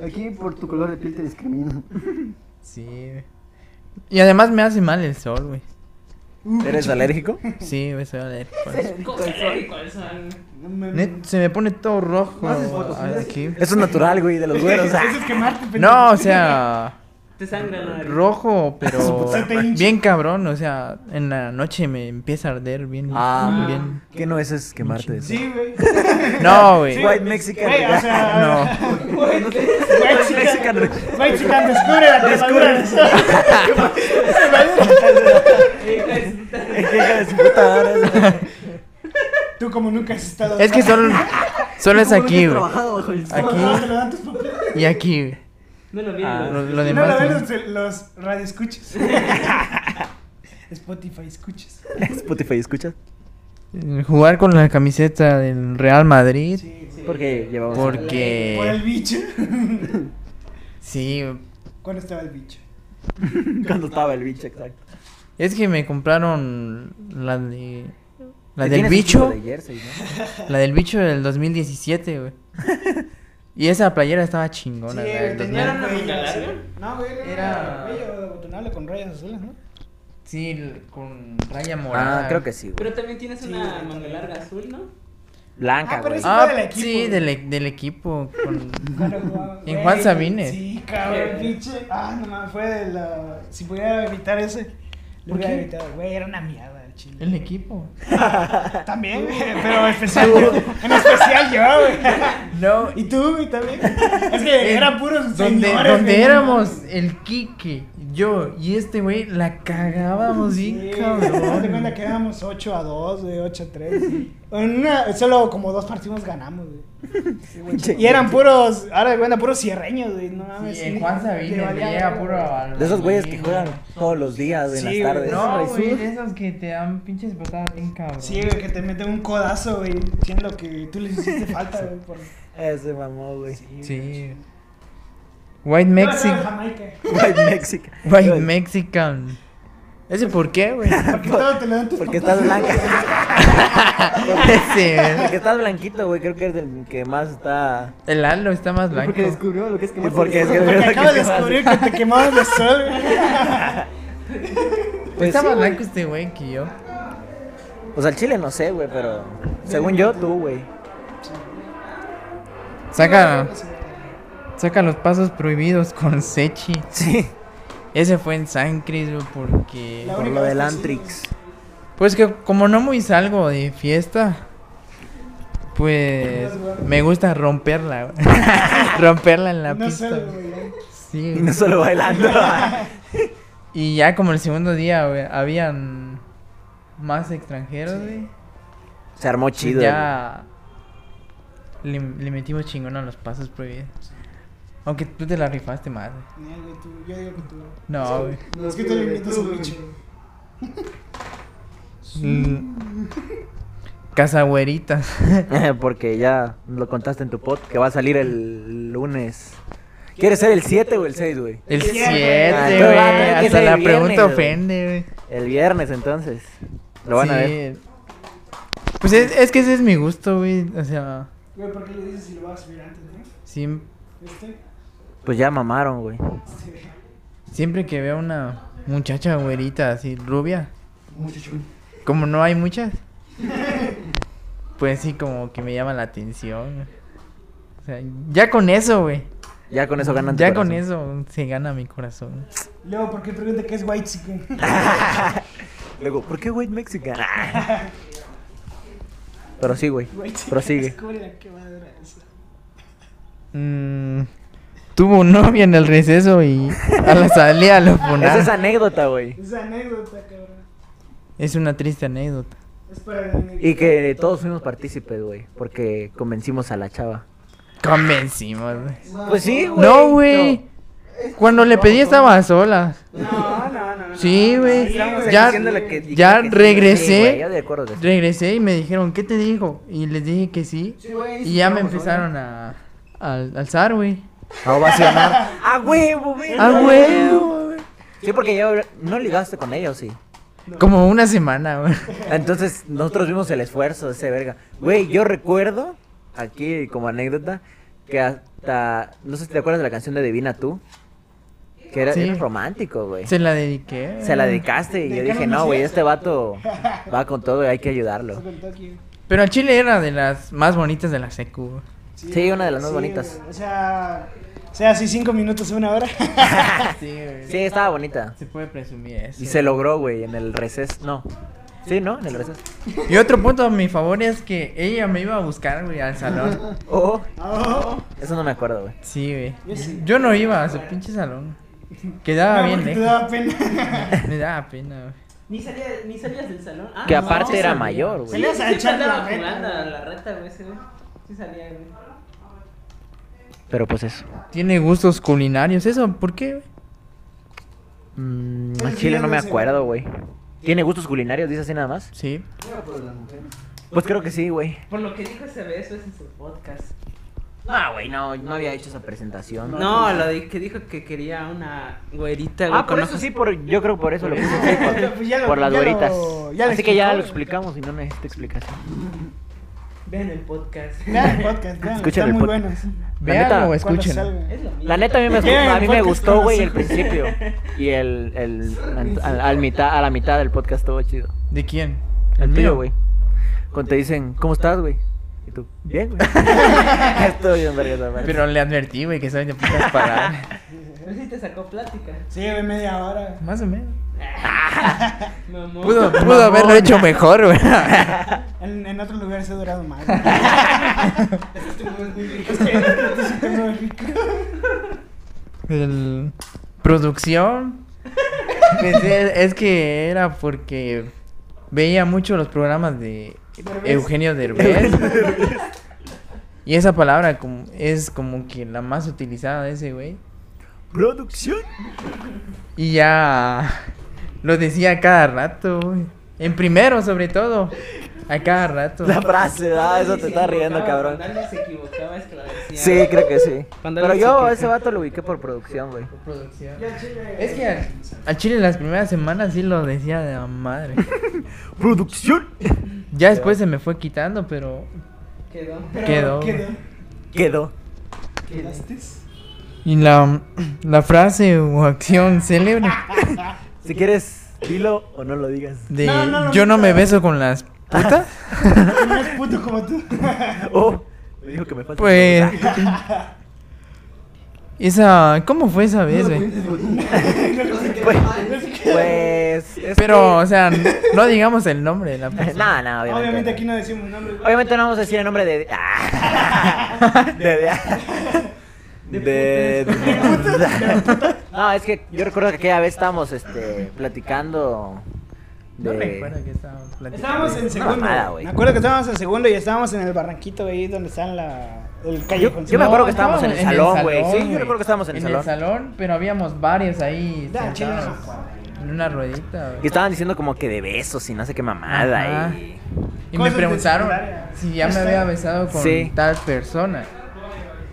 Speaker 1: Aquí por tu color de piel te discrimino.
Speaker 3: Sí, güey. Y además me hace mal el sol, güey.
Speaker 6: ¿Eres alérgico?
Speaker 3: Sí, güey, soy alérgico al sol.
Speaker 9: Ey, ¿cuáles son?
Speaker 4: Me-
Speaker 3: Net- se me pone todo rojo.
Speaker 1: haces fotosíntesis?
Speaker 3: aquí.
Speaker 6: Eso es natural, güey, (laughs) de los güeros.
Speaker 4: Eso es quemarte, pendejo.
Speaker 3: No, o sea,
Speaker 9: Te sangra la nariz.
Speaker 3: rojo, pero
Speaker 4: Se te hincha.
Speaker 3: bien cabrón. O sea, en la noche me empieza a arder bien.
Speaker 6: Ah,
Speaker 3: bien.
Speaker 6: ¿Qué no es es quemarte? eso?
Speaker 4: Sí, güey.
Speaker 3: No, güey.
Speaker 4: Sí,
Speaker 6: White Mexican.
Speaker 4: Güey, o
Speaker 3: No.
Speaker 4: sea. (laughs)
Speaker 6: White
Speaker 4: White
Speaker 6: Mexican.
Speaker 4: Mexican. White Mexican, descubre la quemadura del sol.
Speaker 6: (laughs) ¿Qué hija de su puta madre (laughs) es, güey?
Speaker 4: Tú como nunca has estado.
Speaker 3: Es que solo, solo es aquí, güey.
Speaker 1: Trabajado bajo el sol.
Speaker 4: No,
Speaker 3: Aquí
Speaker 4: te lo dan tus papás.
Speaker 3: y aquí, güey.
Speaker 9: No lo vi.
Speaker 6: Ah,
Speaker 3: Lo, lo
Speaker 4: No lo
Speaker 3: demás.
Speaker 4: ven
Speaker 3: güey.
Speaker 4: los, los
Speaker 3: (laughs)
Speaker 4: radioescuchas. Spotify escuchas.
Speaker 6: Spotify, ¿escuchas?
Speaker 3: Jugar con la camiseta del Real Madrid.
Speaker 6: Porque llevamos.
Speaker 4: Por el
Speaker 3: Porque.
Speaker 4: bicho. (laughs)
Speaker 3: Sí, güey.
Speaker 4: ¿Cuándo estaba el bicho?
Speaker 6: (laughs) Cuando estaba el bicho, exacto.
Speaker 3: es que me compraron la de. La
Speaker 6: Que
Speaker 3: del
Speaker 6: tienes un
Speaker 3: bicho.
Speaker 6: chingo de jersey, ¿no?
Speaker 3: La del bicho del 2017, güey. Y esa playera estaba chingona, la del 2000.
Speaker 4: tenía
Speaker 9: una manga larga?
Speaker 4: No, güey,
Speaker 3: Era-
Speaker 4: era bello botonable con rayas azules, ¿no?
Speaker 3: Sí, l- con raya morada.
Speaker 6: Ah, creo que sí, güey.
Speaker 9: Pero también tienes una manga larga azul, ¿no?
Speaker 6: Blanca,
Speaker 4: Ah, pero
Speaker 6: güey.
Speaker 4: ese-
Speaker 3: Ah,
Speaker 4: Fue del equipo,
Speaker 3: sí,
Speaker 4: güey.
Speaker 3: del, e- del equipo. con-
Speaker 4: (laughs)
Speaker 3: (laughs)
Speaker 4: Cuando jugaba-
Speaker 3: En
Speaker 4: güey,
Speaker 3: Juan Sabines.
Speaker 4: Sí, cabrón, pinche. Ah, no mames, fue de la. Si pudiera evitar ese, lo
Speaker 3: ¿Por
Speaker 4: hubiera
Speaker 3: qué?
Speaker 4: evitado. Güey, era una mierda. chile.
Speaker 3: El equipo. (laughs)
Speaker 4: También, güey, pero especial yo. En especial yo, güey.
Speaker 3: (laughs) No,
Speaker 4: Y tú, güey, también. Es que
Speaker 3: Eh,
Speaker 4: Eh, eran puros
Speaker 3: donde,
Speaker 4: señores,
Speaker 3: donde
Speaker 4: güey.
Speaker 3: éramos el Quique, yo y este güey la cagábamos
Speaker 4: Sí,
Speaker 3: bien
Speaker 4: haz de cuenta
Speaker 3: cabrón.
Speaker 4: que éramos 8 a 2, güey, 8 a 3. En una, solo como dos partidos ganamos, güey. Y eran puros, ahora de cuenta, puros cierreños, güey. No mames.
Speaker 3: Sí, el Juan
Speaker 4: le
Speaker 3: Sabina
Speaker 4: valía
Speaker 3: le llega
Speaker 4: verga,
Speaker 3: puro
Speaker 4: güey.
Speaker 3: a-
Speaker 6: De esos güeyes que juegan todos los días, güey, en
Speaker 4: Sí,
Speaker 6: las
Speaker 4: güey,
Speaker 6: tardes.
Speaker 3: No,
Speaker 4: Esos
Speaker 3: güey, de esos que te dan pinches patadas bien cabrón.
Speaker 4: Sí, güey, que te meten un codazo, güey, diciendo que tú les hiciste falta, güey.
Speaker 3: (laughs)
Speaker 4: Por...
Speaker 6: Ese mamó, güey.
Speaker 3: Sí. White
Speaker 4: No, no, (laughs)
Speaker 3: Mexican.
Speaker 4: Jamaica.
Speaker 6: (laughs) White Mexican.
Speaker 3: White Mexican. ¿Ese por qué, güey? (laughs)
Speaker 4: Porque todo te lo dan tus
Speaker 6: Porque estás blanca.
Speaker 3: Ese, güey.
Speaker 6: Porque estás blanquito, güey. Creo que es el que más está.
Speaker 3: El Lalo está más blanco.
Speaker 1: descubrió lo que es que
Speaker 6: Porque es que
Speaker 1: (laughs)
Speaker 4: (laughs) Porque
Speaker 3: (laughs)
Speaker 6: creo que
Speaker 4: acabas de
Speaker 6: sí,
Speaker 4: descubrir que te quemaban de sol, güey.
Speaker 6: pues
Speaker 3: está
Speaker 6: sí,
Speaker 3: más
Speaker 6: güey.
Speaker 3: blanco este güey que yo.
Speaker 6: O sea, el chile no sé, güey, pero. Según yo, tú, güey.
Speaker 3: Saca, saca los pasos prohibidos con Sechi.
Speaker 6: Sí.
Speaker 3: Ese fue en San Cris, güey, porque...
Speaker 4: La
Speaker 6: Por
Speaker 4: única
Speaker 6: lo
Speaker 4: vez
Speaker 6: del
Speaker 4: que sí,
Speaker 6: Antrix.
Speaker 3: Pues que como no muy salgo de fiesta, pues me gusta romperla, güey. (laughs) romperla en (laughs) la
Speaker 4: No
Speaker 3: pista.
Speaker 4: solo,
Speaker 3: güey.
Speaker 4: güey.
Speaker 3: Sí,
Speaker 6: Y
Speaker 3: güey.
Speaker 6: no solo
Speaker 4: (laughs)
Speaker 6: bailando.
Speaker 3: Y ya como el segundo día, güey, habían más extranjeros, güey.
Speaker 6: Se armó chido.
Speaker 3: ya le, le metimos chingón a los pasos prohibidos. Aunque tú te la rifaste más, güey.
Speaker 4: Ni, güey, tú- Yo digo que tú.
Speaker 3: No, güey.
Speaker 4: No, es que tú le invitas un bicho.
Speaker 3: Mm. Cazagüeritas.
Speaker 6: (laughs) güey. (laughs) Porque ya lo contaste en tu pod que va a salir el lunes. ¿Quieres ser el 7 o el 6, güey?
Speaker 3: El
Speaker 6: Ah,
Speaker 3: 7,
Speaker 6: entonces
Speaker 3: güey.
Speaker 6: va a tener que
Speaker 3: Hasta
Speaker 6: ser
Speaker 3: la
Speaker 6: el viernes,
Speaker 3: pregunta
Speaker 6: güey.
Speaker 3: ofende, güey.
Speaker 6: El viernes, entonces. Lo van a ver.
Speaker 3: Sí. Pues es, es que ese es mi gusto, güey. O sea,
Speaker 4: Güey, ¿por qué le dices si lo vas a subir antes, no?
Speaker 3: siem-
Speaker 4: Este.
Speaker 6: Pues ya mamaron, güey.
Speaker 3: siempre que veo una muchacha güerita así, rubia. Como no hay muchas. Pues sí, como que me llama la atención. güey. O sea, ya con eso, güey.
Speaker 6: Ya con eso ganan. tu
Speaker 3: Ya con
Speaker 6: corazón.
Speaker 3: eso se gana mi corazón.
Speaker 4: Luego, ¿por qué pregunta qué es white chicken?
Speaker 6: (laughs) Luego, ¿por qué White Mexican? (laughs) Pero sí, güey.
Speaker 4: (laughs) White chicken.
Speaker 6: Prosigue.
Speaker 4: Es como la quemadura esa.
Speaker 3: Mm, tuvo novia en el receso y a la salida lo
Speaker 6: Esa es
Speaker 3: funaron.
Speaker 6: anécdota, güey.
Speaker 4: Esa anécdota, cabrón.
Speaker 3: Es una triste anécdota.
Speaker 4: Es para el
Speaker 6: Y que todos fuimos partícipes, güey. Porque convencimos a la chava.
Speaker 3: Convencimos, güey.
Speaker 6: Pues sí, güey.
Speaker 3: No, güey. Cuando le pedí estaba sola.
Speaker 4: No, no, no. no.
Speaker 3: Sí, güey.
Speaker 4: Estamos
Speaker 3: Ya,
Speaker 6: diciéndole que dijera que
Speaker 3: ya
Speaker 6: sí, Sí, güey,
Speaker 3: regresé.
Speaker 6: yo de acuerdo. de-
Speaker 3: Regresé y me dijeron, ¿qué te dijo? Y les dije que sí. Y ya me empezaron a, a alzar, güey.
Speaker 6: A ovacionar. (laughs) ¡A huevo, güey!
Speaker 3: Ah, güey.
Speaker 6: Sí, porque ya no ligaste con ella, ¿o sí?
Speaker 3: Como una semana, güey. (laughs)
Speaker 6: Entonces, nosotros vimos el esfuerzo de ese verga. Güey, yo recuerdo, aquí como anécdota, que hasta. No sé si te acuerdas de la canción de Divina tú. Que era,
Speaker 3: Sí.
Speaker 6: era romántico, güey.
Speaker 3: Se la dediqué.
Speaker 6: Se la dedicaste y yo
Speaker 4: ¿De qué
Speaker 6: dije, no, güey,
Speaker 4: conocías?
Speaker 6: este vato va con todo y hay que ayudarlo.
Speaker 4: Con Tokio.
Speaker 3: Pero a Chile era de las más bonitas de la secu. güey.
Speaker 6: Sí, una de las más
Speaker 4: Sí,
Speaker 6: bonitas.
Speaker 4: güey, O sea, o sea, así cinco minutos, una hora. (laughs)
Speaker 6: Ah,
Speaker 3: (laughs)
Speaker 6: Sí, estaba bonita.
Speaker 3: Se puede presumir eso.
Speaker 6: Y se logró, güey, en el recés. No. Sí, ¿no? En el recés.
Speaker 3: Y otro punto a mi favor es que ella me iba a buscar, güey,
Speaker 6: (laughs)
Speaker 3: al salón.
Speaker 6: Oh,
Speaker 4: Oh,
Speaker 6: eso no me acuerdo, güey.
Speaker 3: Sí, güey.
Speaker 4: Yo sí.
Speaker 3: Yo no iba a su pinche salón.
Speaker 6: Ah,
Speaker 3: Quedaba
Speaker 4: no,
Speaker 3: bien
Speaker 6: ¿eh?
Speaker 4: porque te
Speaker 3: lejos.
Speaker 4: daba (laughs) pena.
Speaker 3: (laughs) Me daba pena, güey.
Speaker 9: Ni salías, ni salías del salón. Ah,
Speaker 6: Que
Speaker 9: no,
Speaker 6: aparte
Speaker 9: sí
Speaker 6: era
Speaker 9: salía.
Speaker 6: mayor,
Speaker 9: Sí,
Speaker 6: güey.
Speaker 4: Salías a
Speaker 9: sí
Speaker 4: echar
Speaker 9: andaba
Speaker 4: la reta,
Speaker 9: jugando
Speaker 4: güey.
Speaker 9: a la reta, güey, ese, güey. Sí salía, güey.
Speaker 6: Pero pues eso.
Speaker 3: Tiene gustos culinarios, eso, ¿por qué? güey?
Speaker 6: Mm,
Speaker 4: Pues
Speaker 6: al
Speaker 4: sí,
Speaker 6: chile no
Speaker 4: no
Speaker 6: me
Speaker 4: sé.
Speaker 6: acuerdo, güey. ¿Tiene gustos culinarios? ¿Dice así nada más?
Speaker 3: Sí.
Speaker 6: Pues creo que sí, güey.
Speaker 9: Por lo que dijo ese beso es en su podcast.
Speaker 6: No, güey, no, no había hecho esa presentación.
Speaker 9: No, lo de que dijo que quería una güerita, güey.
Speaker 6: Ah, por
Speaker 9: con
Speaker 6: eso
Speaker 9: ojos-
Speaker 6: sí, por, yo creo por eso lo puse en Facebook,
Speaker 4: Pues (laughs) ya lo-
Speaker 6: por las
Speaker 4: ya lo-
Speaker 6: güeritas.
Speaker 4: ya lo
Speaker 6: Así que ya
Speaker 4: explicó,
Speaker 6: lo
Speaker 4: güey.
Speaker 6: explicamos y no necesito explicación.
Speaker 9: Vean el podcast.
Speaker 4: Vean el podcast, vean,
Speaker 6: Escuchen
Speaker 4: están
Speaker 6: el
Speaker 4: muy
Speaker 6: podcast.
Speaker 4: buenos.
Speaker 6: La
Speaker 3: Veanlo
Speaker 6: neta-
Speaker 3: o
Speaker 4: Cuando
Speaker 3: escúchenlo.
Speaker 4: salga.
Speaker 9: Es lo mismo.
Speaker 6: La neta a mí me,
Speaker 4: Bien,
Speaker 6: gu- a mí me
Speaker 4: podcast
Speaker 6: gustó,
Speaker 4: con
Speaker 6: güey, el
Speaker 4: nosotros.
Speaker 6: principio. Y el, el al, al mitad, a la mitad del podcast estuvo chido.
Speaker 3: ¿De quién?
Speaker 6: El
Speaker 3: mío?
Speaker 6: tuyo, güey. Cuando te dicen, ¿cómo estás, güey? Y tú, bien, güey. Estoy bien, verga, esa madre.
Speaker 3: Pero le advertí, güey, que soy de putas palabras.
Speaker 9: A ver si te sacó plática.
Speaker 4: Sí, güey, media hora.
Speaker 3: Más o menos.
Speaker 9: Mamón.
Speaker 6: Ah,
Speaker 3: Pudo, pudo haberlo hecho mejor, (laughs) güey.
Speaker 4: En, en otros lugares he
Speaker 6: (laughs)
Speaker 4: durado más. (laughs) Es que este mundo es muy rico. Es que este mundo es rico.
Speaker 3: El- Producción. Pensé- es que era porque veía mucho los programas de
Speaker 4: Derbez.
Speaker 3: Eugenio Derbez. y esa palabra como- es como que la más utilizada de ese güey.
Speaker 2: Producción.
Speaker 3: Y ya lo decía a cada rato, güey. En primero, sobre todo. A cada rato.
Speaker 6: La frase,
Speaker 5: (laughs)
Speaker 6: ah, eso te está riendo, cabrón.
Speaker 9: Cuando alguien se equivocaba, es que la decía.
Speaker 6: Sí, creo que sí.
Speaker 9: Cuando
Speaker 6: Pero
Speaker 9: le
Speaker 6: yo
Speaker 9: saqué.
Speaker 6: a ese vato lo ubiqué por producción, güey.
Speaker 3: Producción. Es que al, al chile las primeras semanas sí lo decía de la madre.
Speaker 2: Producción.
Speaker 3: Ya después se me fue quitando, pero
Speaker 9: Quedó.
Speaker 4: Pero
Speaker 3: Quedó.
Speaker 4: Quedó.
Speaker 2: Quedó.
Speaker 4: Quedaste.
Speaker 3: Y la, la frase o acción célebre
Speaker 2: Si quieres, dilo o no lo digas.
Speaker 3: de
Speaker 4: No, no, no,
Speaker 3: yo no
Speaker 4: no.
Speaker 3: me beso con las putas, (laughs)
Speaker 4: No es puto como tú.
Speaker 2: Oh, me dijo que me falta.
Speaker 3: pues... Esa... ¿Cómo fue esa vez, güey?
Speaker 4: (laughs)
Speaker 6: Pues. es
Speaker 3: Pero, o sea, n- no digamos el nombre de la
Speaker 6: que-
Speaker 3: persona.
Speaker 6: (laughs) No, no, obviamente.
Speaker 4: Obviamente aquí no decimos nombres. güey.
Speaker 6: Obviamente no vamos a decir el nombre
Speaker 3: (laughs)
Speaker 6: de. Ah. de. De. de- No, es que yo recuerdo que aquella vez estábamos este, platicando. De...
Speaker 3: No recuerdo que estábamos platicando.
Speaker 4: Estábamos en segundo.
Speaker 6: mamada,
Speaker 4: güey.
Speaker 6: güey.
Speaker 4: me acuerdo que estábamos en segundo y estábamos en el barranquito ahí donde están la el callejón.
Speaker 6: yo me acuerdo que estábamos en el salón, güey. Sí, yo
Speaker 3: güey.
Speaker 6: recuerdo que estábamos en el salón.
Speaker 3: pero habíamos varios ahí
Speaker 4: Da, chile,
Speaker 3: sentados
Speaker 4: no.
Speaker 3: en una ruedita, güey.
Speaker 6: Y estaban diciendo como que de besos y no sé qué mamada.
Speaker 3: Ajá.
Speaker 6: Y...
Speaker 3: Y me
Speaker 4: Cosas de
Speaker 3: preguntaron
Speaker 4: secundaria.
Speaker 3: si ya me
Speaker 4: Hashtag.
Speaker 3: había besado con
Speaker 6: Sí.
Speaker 3: tal persona.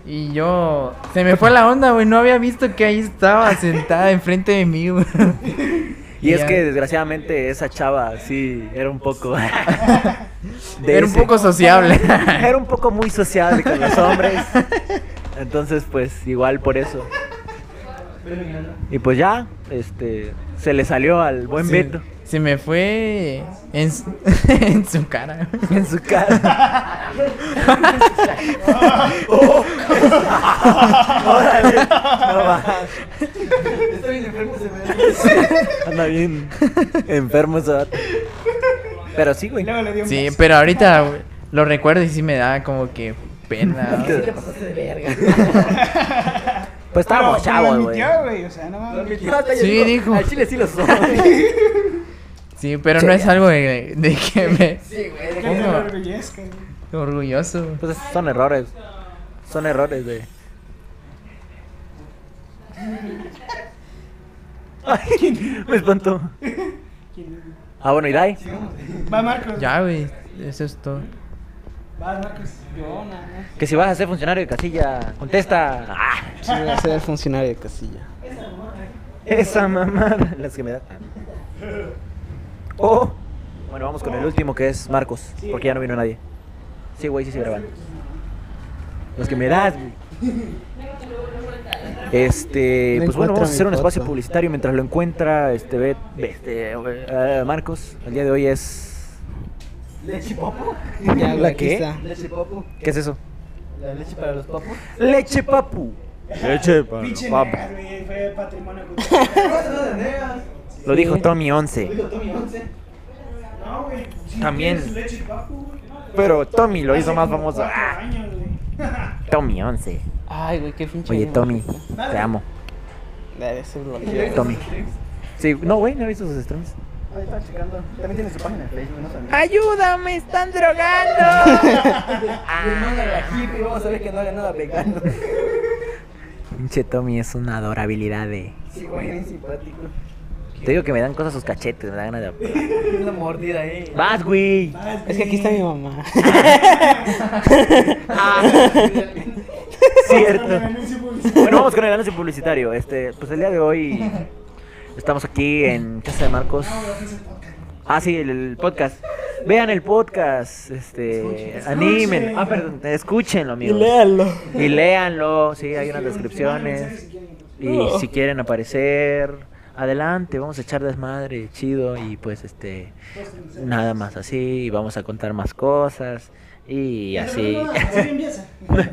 Speaker 3: Y yo. Se me fue la onda, güey. No había visto que ahí estaba sentada enfrente de mí, güey.
Speaker 6: Y es
Speaker 3: ya.
Speaker 6: que desgraciadamente esa chava sí era un
Speaker 3: (laughs)
Speaker 6: poco. (laughs) de
Speaker 3: Era un
Speaker 6: ese.
Speaker 3: poco sociable.
Speaker 6: (laughs) Era un poco muy sociable con los
Speaker 3: (laughs)
Speaker 6: hombres. Entonces, pues igual por eso. Y pues ya, este, se le salió al (laughs) buen
Speaker 3: Se-
Speaker 6: Beto
Speaker 3: Se me fue en, su- (laughs) en su
Speaker 4: (laughs)
Speaker 3: cara.
Speaker 6: en su cara. (laughs) Oh. Órale, no más. Anda bien enfermo ese vato. Pero sí,
Speaker 4: Y
Speaker 6: güey.
Speaker 4: (laughs)
Speaker 6: Pues
Speaker 4: luego le dio un
Speaker 3: Sí,
Speaker 4: beso.
Speaker 3: pero ahorita güey, lo recuerdo y sí me da como que
Speaker 6: (laughs)
Speaker 3: pena. güey.
Speaker 6: Pues estábamos
Speaker 4: Pero- pero
Speaker 6: chavos,
Speaker 4: lo
Speaker 6: güey.
Speaker 4: admitió, güey. O sea, no mames.
Speaker 3: Sí, dijo.
Speaker 6: Al chile sí lo
Speaker 3: (laughs)
Speaker 6: son.
Speaker 3: Sí, pero no es algo de, de que me.
Speaker 4: Que te
Speaker 3: Pongo
Speaker 4: enorgullezca, güey.
Speaker 3: Orgulloso. güey.
Speaker 6: Pues son errores. Son errores, güey. Ay, me espantó. Ah, bueno, ¿y Dai?
Speaker 4: Va Marcos.
Speaker 3: Ya, güey. Eso es todo.
Speaker 4: Va Marcos.
Speaker 9: Yo nada más.
Speaker 6: Que si vas a ser funcionario de casilla, contesta. Ah,
Speaker 9: Sí, voy a ser el funcionario de casilla.
Speaker 6: esa mamada. Las que me da. Oh. Bueno, vamos con el último que es Marcos. Porque ya no vino nadie. Sí, güey, sí se graban. Los que me das, güey. Este,
Speaker 9: No
Speaker 6: pues
Speaker 9: encuentro
Speaker 6: bueno, vamos a
Speaker 9: mi
Speaker 6: hacer un espacio
Speaker 9: foto.
Speaker 6: publicitario mientras lo encuentra este, ve- ve- este eh, Marcos. El día de hoy es.
Speaker 9: Ya, güey,
Speaker 6: ¿La
Speaker 9: aquí
Speaker 6: qué?
Speaker 9: está.
Speaker 6: ¿Qué es eso? La leche para los papus. Leche papu. Leche
Speaker 4: Pinche
Speaker 6: para
Speaker 4: negas, güey. Fue patrimonio cultural.
Speaker 6: Lo dijo Tommy 11. También. Pero Tommy lo hizo más famoso. Ah,
Speaker 4: Años, güey.
Speaker 6: Tommy 11.
Speaker 9: Ay, güey, qué pinche.
Speaker 6: Oye,
Speaker 9: animal.
Speaker 6: Tommy, te amo.
Speaker 9: Dale, ese bloqueo.
Speaker 6: Tommy. Sí, no, güey, no he visto sus streams.
Speaker 5: ¡Ayúdame! ¡Están drogando!
Speaker 6: (laughs)
Speaker 3: Ah.
Speaker 9: (laughs)
Speaker 6: Pinche Tommy es una adorabilidad de. Sí, güey, simpático. Te digo que me dan cosas sus cachetes, me dan ganas de. Una mordida ahí. Vas, güey.
Speaker 9: Es que aquí está mi mamá.
Speaker 6: Ah. Cierto.
Speaker 4: Anuncio publicitario.
Speaker 6: Bueno, vamos con el anuncio publicitario. Este, pues el día de hoy estamos aquí en casa de Marcos. Ah, sí, el, el podcast. Vean el podcast, este, animen, ah, perdón, escúchenlo, amigos. Y léanlo. Y léanlo, sí, hay unas descripciones. Y si quieren aparecer, adelante, vamos a echar desmadre, chido y pues este nada más así, y vamos a contar más cosas y así. (laughs)
Speaker 4: No, no, no, así empieza. (laughs)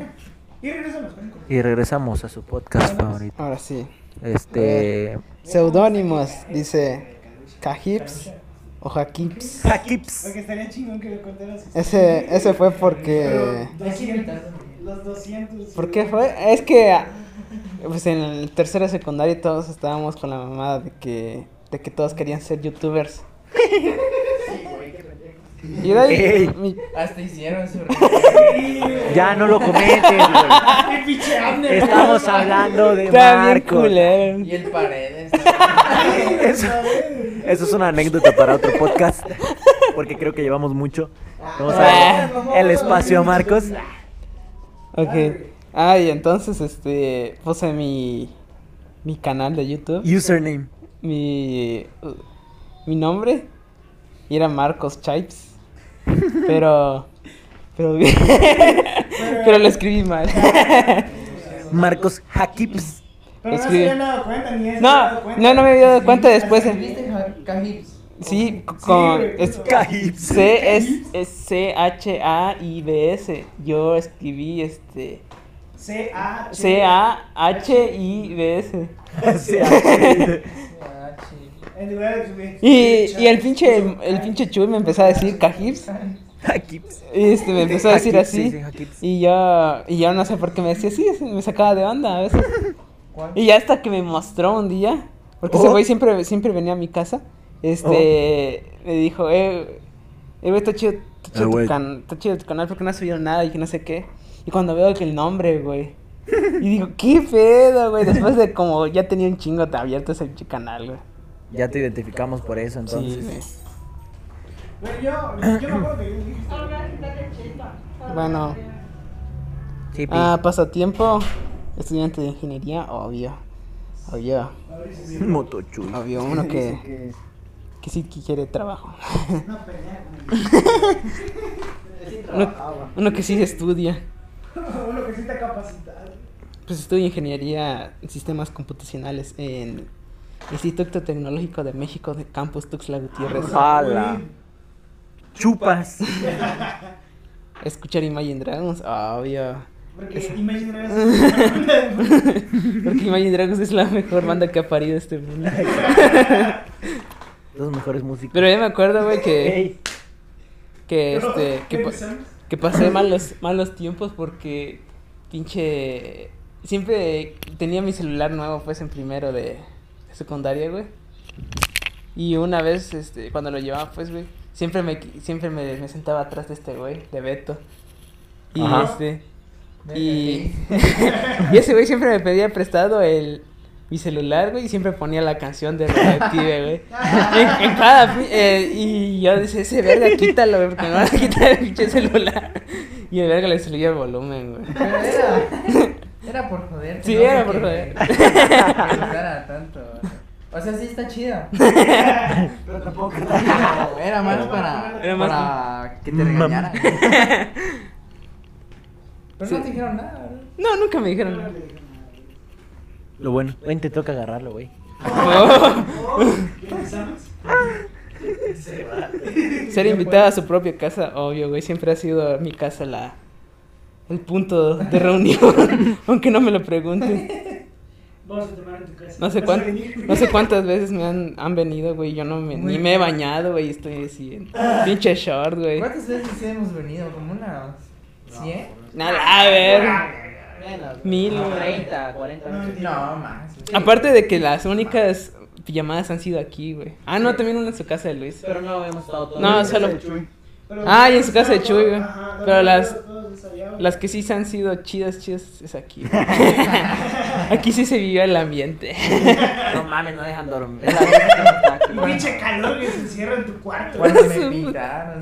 Speaker 4: Y regresamos.
Speaker 6: Y regresamos a su podcast favorito.
Speaker 9: Ahora sí.
Speaker 6: Este.
Speaker 9: Seudónimos, dice.
Speaker 5: Cajips o Jaquips.
Speaker 2: Jaquips.
Speaker 4: Porque estaría chingón que lo contaras.
Speaker 5: Este. Ese, ese fue porque...
Speaker 4: 200, los 200.
Speaker 5: ¿Por qué fue? Es que ah, pues en el tercero de secundaria todos estábamos con la mamada de que de que todos querían ser youtubers. Y de ahí,
Speaker 2: Ey.
Speaker 5: mi-
Speaker 3: Hasta hicieron su
Speaker 2: Ya no lo
Speaker 6: (laughs)
Speaker 2: comentes, güey. Estamos hablando de
Speaker 5: está bien
Speaker 2: Marco.
Speaker 5: culero.
Speaker 3: Y el paredes.
Speaker 2: Eso, eso es una anécdota para otro podcast. Porque creo que llevamos mucho. Vamos a dar el espacio a Marcos.
Speaker 5: Ok. Ah, y entonces este puse mi mi canal de YouTube,
Speaker 2: Username.
Speaker 5: mi uh, mi nombre y era Marcos Chipes. Pero pero pero lo escribí mal.
Speaker 2: Marcos Hakips.
Speaker 4: Pero no se
Speaker 5: Escribe.
Speaker 4: habían dado cuenta ni él se había
Speaker 5: No,
Speaker 4: dado cuenta.
Speaker 5: no, no me había dado cuenta después.
Speaker 3: Cajips.
Speaker 5: Sí, c- con
Speaker 4: güey.
Speaker 5: es-
Speaker 2: Cajips.
Speaker 5: C es, es C H A I B S. Yo escribí este
Speaker 4: C A H.
Speaker 5: C A H I B S.
Speaker 4: En lugar de subir.
Speaker 5: Y, y el pinche el pinche Chuy me empezó a decir cajips.
Speaker 2: Hakips.
Speaker 5: Y este me empezó a decir
Speaker 2: Hakips, sí,
Speaker 5: así.
Speaker 2: sí, Hakips.
Speaker 5: Y yo, y yo no sé por qué me decía así, así, me sacaba de onda a veces. Y ya hasta que me mostró un día, porque ese
Speaker 2: Oh.
Speaker 5: güey siempre, siempre venía a mi casa, este, me dijo, eh, eh, güey, está chido, está chido,
Speaker 2: Ah,
Speaker 5: tu,
Speaker 2: Oh. güey.
Speaker 5: can- está chido tu canal porque no has subido nada y que no sé qué. Y cuando veo que el nombre, güey, y digo, qué pedo, güey, después de como ya tenía un chingo de abierto ese pinche canal, güey.
Speaker 2: Ya te identificamos por eso, entonces.
Speaker 4: Bueno, yo, yo me acuerdo que yo dije.
Speaker 5: Bueno,
Speaker 2: Sí, pi.
Speaker 5: ah, pasatiempo, estudiante de ingeniería, obvio, obvio.
Speaker 2: Motochuy.
Speaker 5: Había uno que, que sí que quiere trabajo. (laughs) uno, uno que sí estudia.
Speaker 4: Lo que sí te capacita.
Speaker 5: Pues estudia ingeniería en sistemas computacionales en Instituto Tecnológico de México de Campus Tuxtla Gutiérrez.
Speaker 4: Ah.
Speaker 2: Jala. Chupas.
Speaker 5: Escuchar Imagine Dragons, obvio. (laughs)
Speaker 4: Porque Imagine Dragons.
Speaker 5: Porque Imagine Dragons es la mejor banda que ha parido este mundo.
Speaker 2: Los mejores músicos.
Speaker 5: Pero yo me acuerdo, güey,
Speaker 2: (laughs)
Speaker 5: que,
Speaker 2: Ey,
Speaker 5: que, este, que,
Speaker 4: ¿Qué
Speaker 5: pa-
Speaker 4: pensamos?
Speaker 5: que pasé malos, malos tiempos porque pinche siempre tenía mi celular nuevo pues en primero de, de secundaria, güey. Y una vez este cuando lo llevaba pues, güey, siempre me qui- siempre me, me sentaba atrás de este güey, de Beto. Y
Speaker 2: Ajá.
Speaker 5: este y, (laughs) y ese güey siempre me pedía prestado el mi celular, güey, y siempre ponía la canción de Radioactive, güey. En, en cada pi- eh, y yo decía, ese verga, quítalo, güey, porque me van a quitar el pinche celular. Y el verga le subía el volumen, güey.
Speaker 3: Era, era por joder.
Speaker 5: Sí,
Speaker 3: no
Speaker 5: era
Speaker 3: porque
Speaker 5: por joder.
Speaker 3: me- me gustara tanto. O sea, sí está chida. Pero tampoco. Era más para,
Speaker 5: Era más-
Speaker 3: para que te
Speaker 2: Mam.
Speaker 3: regañaran. Pero no te dijeron nada, ¿verdad?
Speaker 5: No, nunca me dijeron nada.
Speaker 2: Lo bueno. Ven, te toca agarrarlo, güey.
Speaker 5: Ser invitada a su propia casa, obvio, güey. Siempre ha sido mi casa la el punto de reunión, (laughs) aunque no me lo pregunten.
Speaker 4: Vamos a tomar en tu casa.
Speaker 5: No sé,
Speaker 4: Vas a
Speaker 5: cuán-
Speaker 4: venir.
Speaker 5: no sé cuántas veces me han, han venido, güey. Yo no me, ni me he bañado, güey. Estoy así en pinche short, güey.
Speaker 3: ¿Cuántas veces sí hemos venido? ¿Como unas 100?
Speaker 5: Nada, a ver. Mil, güey.
Speaker 3: No, más.
Speaker 5: Aparte de que las únicas pijamadas han sido aquí, güey. Ah, no, también una en su casa de Luis.
Speaker 9: Pero no hemos estado todos.
Speaker 5: No, solo.
Speaker 4: Pero-
Speaker 5: Ah, y en su casa de Chuy, güey.
Speaker 4: Ajá,
Speaker 5: Pero
Speaker 4: todos-
Speaker 5: las-
Speaker 4: todos ensayamos.
Speaker 5: Las que sí se han sido chidas, chidas, es aquí. (laughs) güey. aquí sí se vivió el ambiente.
Speaker 9: No mames, no dejan dormir.
Speaker 4: Un pinche calor que se encierra en tu cuarto.
Speaker 3: Cuando me invitaron.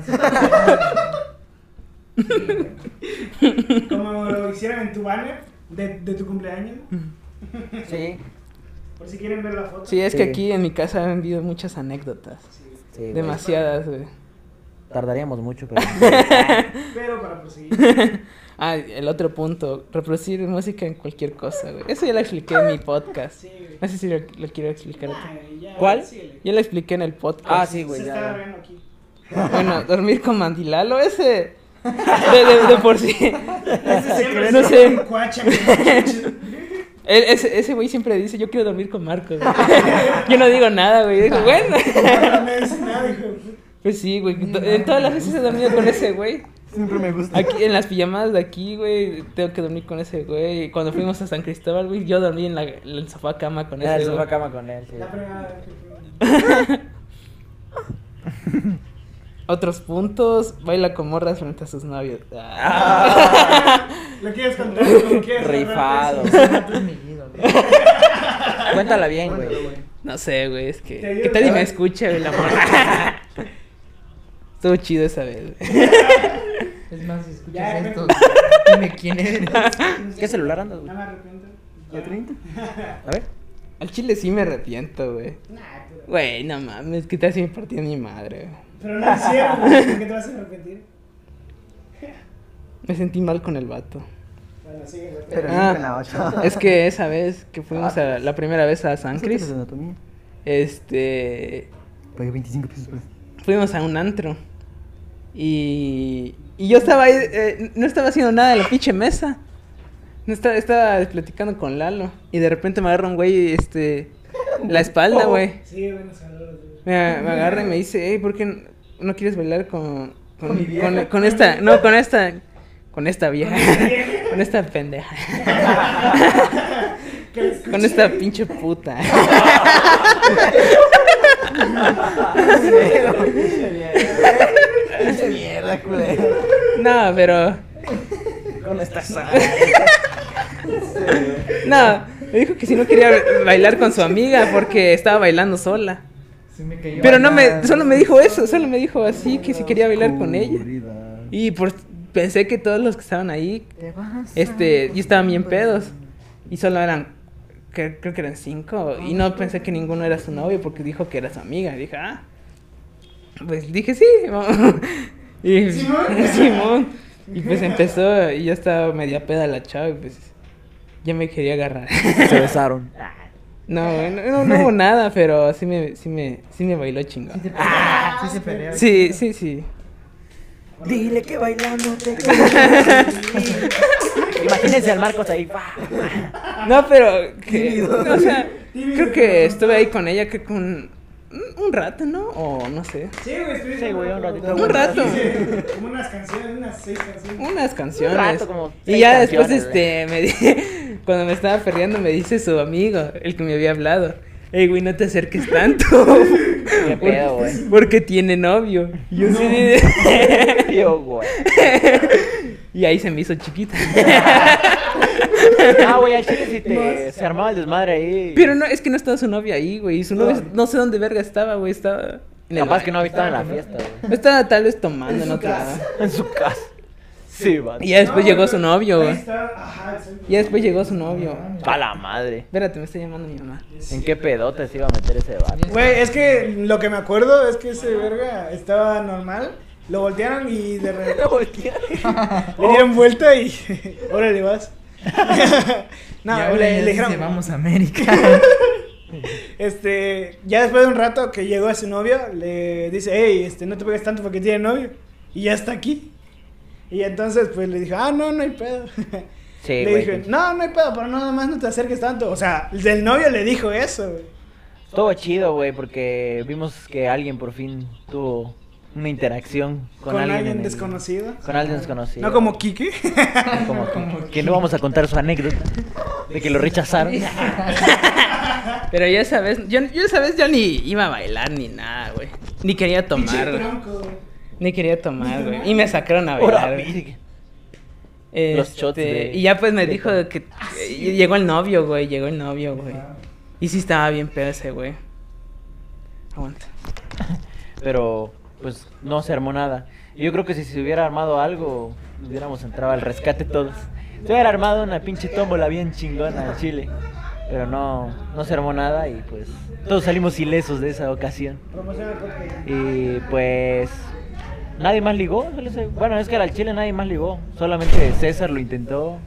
Speaker 4: Como lo hicieron en tu banner de, de tu cumpleaños.
Speaker 9: Sí.
Speaker 4: Por si quieren ver la foto.
Speaker 5: Sí, es que
Speaker 2: Sí.
Speaker 5: aquí en mi casa han habido muchas anécdotas.
Speaker 2: Sí, güey.
Speaker 5: Demasiadas, güey.
Speaker 2: Tardaríamos mucho,
Speaker 5: (laughs)
Speaker 2: pero.
Speaker 4: Pero para proseguir.
Speaker 5: Ah, el otro punto, reproducir música en cualquier cosa, güey. Eso ya lo expliqué en mi podcast.
Speaker 4: Sí, güey.
Speaker 5: No sé si lo, lo quiero explicar. otra-
Speaker 4: Ay, ya,
Speaker 5: ¿Cuál?
Speaker 4: síguele.
Speaker 5: Ya lo expliqué en el podcast.
Speaker 9: Ah, sí,
Speaker 4: Se
Speaker 9: güey.
Speaker 4: está
Speaker 9: Ya.
Speaker 4: viendo aquí.
Speaker 5: Bueno, dormir con mandilalo, ese. De, de- de por sí. (laughs)
Speaker 4: Siempre
Speaker 5: No
Speaker 4: está
Speaker 5: sé.
Speaker 4: en cuacha, güey.
Speaker 5: Él- ese ese güey siempre dice, yo quiero dormir con Marcos. güey". yo no digo nada, güey. Digo, bueno. (laughs)
Speaker 4: me dice nada, hijo.
Speaker 5: Pues sí, güey. to- En todas las veces he dormido con ese güey.
Speaker 1: Siempre me gusta.
Speaker 5: Aquí, en las pijamadas de aquí, güey, tengo que dormir con ese güey. Cuando fuimos a San Cristóbal, güey, yo dormí en la, en el sofá cama con
Speaker 6: Ah,
Speaker 5: ese
Speaker 6: el
Speaker 5: güey.
Speaker 6: sofá cama con él, sí.
Speaker 4: La fregada, hijo.
Speaker 5: Otros puntos, baila con morras frente a sus novios. Ah.
Speaker 4: ¿Lo quieres contar? ¿Lo quieres
Speaker 6: Ah. Rifado.
Speaker 2: (laughs)
Speaker 6: Cuéntala bien, güey.
Speaker 5: No sé, güey, es que.
Speaker 4: Te digo,
Speaker 5: ¿Qué tal y me
Speaker 4: ¿sabes?
Speaker 5: escucha, güey, la morra? (laughs) Estuvo chido esa vez, güey.
Speaker 3: Es más, si escuchas
Speaker 4: Ya,
Speaker 3: esto,
Speaker 4: güey.
Speaker 3: dime quién eres.
Speaker 6: ¿Qué celular andas, güey?
Speaker 4: No me arrepiento.
Speaker 1: ¿La 30?
Speaker 6: A (laughs) ver.
Speaker 5: Al chile sí me arrepiento, güey.
Speaker 4: Nah, pero-
Speaker 5: Güey, no mames, ¿qué tal si me partía mi madre, güey?
Speaker 4: pero no hicieron, güey. ¿Por qué te vas a arrepentir?
Speaker 5: Me sentí mal con el vato.
Speaker 4: Bueno, sigue, güey.
Speaker 1: Pero
Speaker 5: Ah.
Speaker 1: bien con la 8.
Speaker 5: Es que esa vez que fuimos a, la primera vez a San Cris,
Speaker 1: anatomía?
Speaker 5: este.
Speaker 1: Pagué 25 pesos. güey.
Speaker 5: fuimos a un antro. Y, y yo estaba ahí, eh, no estaba haciendo nada de la pinche mesa. No estaba, estaba platicando con Lalo. Y de repente me agarra un güey, este, la espalda, güey.
Speaker 4: Sigue, güey, nos habló, güey.
Speaker 5: (laughs) Me, me agarra y me dice, hey, ¿por qué n- no quieres bailar con, con,
Speaker 1: Con mi vieja.
Speaker 5: con- con esta, no, con esta, con esta vieja, (laughs) con esta pendeja,
Speaker 4: Que les-
Speaker 5: (laughs) con esta pinche
Speaker 1: (laughs)
Speaker 5: puta? (laughs)
Speaker 1: Pinche mierda, culero.
Speaker 5: No, pero
Speaker 6: Con esta sal.
Speaker 5: No, me dijo que si no quería bailar con su amiga porque estaba bailando sola. Pero no me, solo me dijo eso, solo me dijo así que si quería bailar con ella. Y por, pensé que todos los que estaban ahí, este, y estaban bien pedos. Y solo eran, cre- creo que eran cinco. Y no pensé que ninguno era su novio porque dijo que era su amiga. Y dije, ah, pues dije sí. vamos". (laughs) Y,
Speaker 4: Simón.
Speaker 5: (laughs) Simón. Y pues empezó, y ya estaba media peda la chava, y pues ya me quería agarrar. (laughs)
Speaker 12: Se besaron.
Speaker 5: No, no, no, no hubo nada, pero sí me, sí me, sí me bailó chingón.
Speaker 3: Sí se pelea.
Speaker 5: Sí, sí, sí.
Speaker 6: Dile que bailando te Imagínense al
Speaker 2: (laughs)
Speaker 6: Marcos (laughs) ahí. pa.
Speaker 5: No, pero que, o sea, creo que estuve ahí con ella que con un- un rato, ¿no? O no sé.
Speaker 4: Sí, güey, estuviste
Speaker 6: Sí, güey, un
Speaker 4: rato,
Speaker 6: ratito.
Speaker 5: Un rato.
Speaker 4: Sí, Como unas canciones, unas seis canciones.
Speaker 5: Unas canciones.
Speaker 6: rato, como
Speaker 5: y
Speaker 6: seis
Speaker 5: ya después,
Speaker 6: canciones,
Speaker 5: este, me di- (laughs) cuando me estaba perdiendo, me dice su amigo, el que me había hablado. Ey, güey, no te acerques tanto.
Speaker 6: (laughs)
Speaker 5: (laughs)
Speaker 6: Qué pedo, güey.
Speaker 5: Porque tiene novio. Y yo sí de-
Speaker 6: Tío, güey.
Speaker 5: (laughs) Y ahí se me
Speaker 6: (laughs)
Speaker 5: hizo chiquita.
Speaker 6: Ah,
Speaker 2: (laughs)
Speaker 6: güey, al chile si te se armaba el desmadre ahí.
Speaker 5: Pero no, es que no estaba su novia ahí, güey. Su novia, no sé dónde verga estaba, güey. Estaba. en el
Speaker 6: Capaz
Speaker 5: baño.
Speaker 6: que no habitaba en la fiesta, güey.
Speaker 5: Estaba tal vez tomando en otro lado.
Speaker 6: En su casa. Sí, va.
Speaker 5: Y ya después
Speaker 4: No,
Speaker 5: Pues llegó
Speaker 4: güey,
Speaker 5: su novio,
Speaker 4: ahí
Speaker 5: güey.
Speaker 4: está, ajá, exacto.
Speaker 5: Ya después llegó su novio.
Speaker 6: A la madre.
Speaker 5: Espérate, me está llamando mi mamá.
Speaker 6: ¿En qué pedote se iba a meter ese vato?
Speaker 4: Güey, es que lo que me acuerdo es que ese verga estaba normal. Lo voltearon y de
Speaker 5: (laughs)
Speaker 4: repente. Lo voltearon. Le dieron vuelta y. (laughs) Órale, vas. no,
Speaker 3: Y ahora
Speaker 4: le,
Speaker 3: ya
Speaker 4: le dijeron.
Speaker 3: dice, vamos a América.
Speaker 4: Este, ya después de un rato que llegó a su novio, le dice, hey, este, no te pegues tanto porque tiene novio. Y ya está aquí. Y entonces, pues le dijo, ah, no, no hay pedo.
Speaker 6: Sí,
Speaker 4: (laughs) le
Speaker 6: güey.
Speaker 4: dije, no, no hay pedo, pero nada más no te acerques tanto. O sea, el del novio le dijo eso, güey.
Speaker 6: Estuvo chido, güey, porque vimos que alguien por fin tuvo una interacción con,
Speaker 4: Con, alguien,
Speaker 6: en el-
Speaker 4: desconocido.
Speaker 6: Con alguien desconocido.
Speaker 4: No como Kike.
Speaker 6: No como que- que no vamos a contar su anécdota de que lo rechazaron.
Speaker 5: Pero ya esa vez, yo, yo esa vez yo ni iba a bailar ni nada, güey. Ni
Speaker 4: (laughs)
Speaker 5: quería tomar, güey. Ni quería tomar, güey. Y me sacaron a
Speaker 6: (laughs)
Speaker 5: bailar, (laughs)
Speaker 6: Ahora,
Speaker 5: güey.
Speaker 6: virgen.
Speaker 5: Los
Speaker 6: Los shots de-
Speaker 5: Y ya pues me
Speaker 6: de
Speaker 5: dijo
Speaker 6: todo. Ah,
Speaker 5: que. eh, Llegó el novio, güey. Llegó el novio, güey. Y sí estaba bien pedo ese, güey. Aguanta.
Speaker 6: Pero, pues, no se armó nada. Y Yo creo que si se hubiera armado algo, hubiéramos entrado al rescate todos. Se hubiera armado una pinche tómbola bien chingona en Chile. Pero no, no se armó nada y pues todos salimos ilesos de esa ocasión. Y pues nadie más ligó. solo se- Bueno, es que al Chile nadie más ligó. Solamente César lo intentó.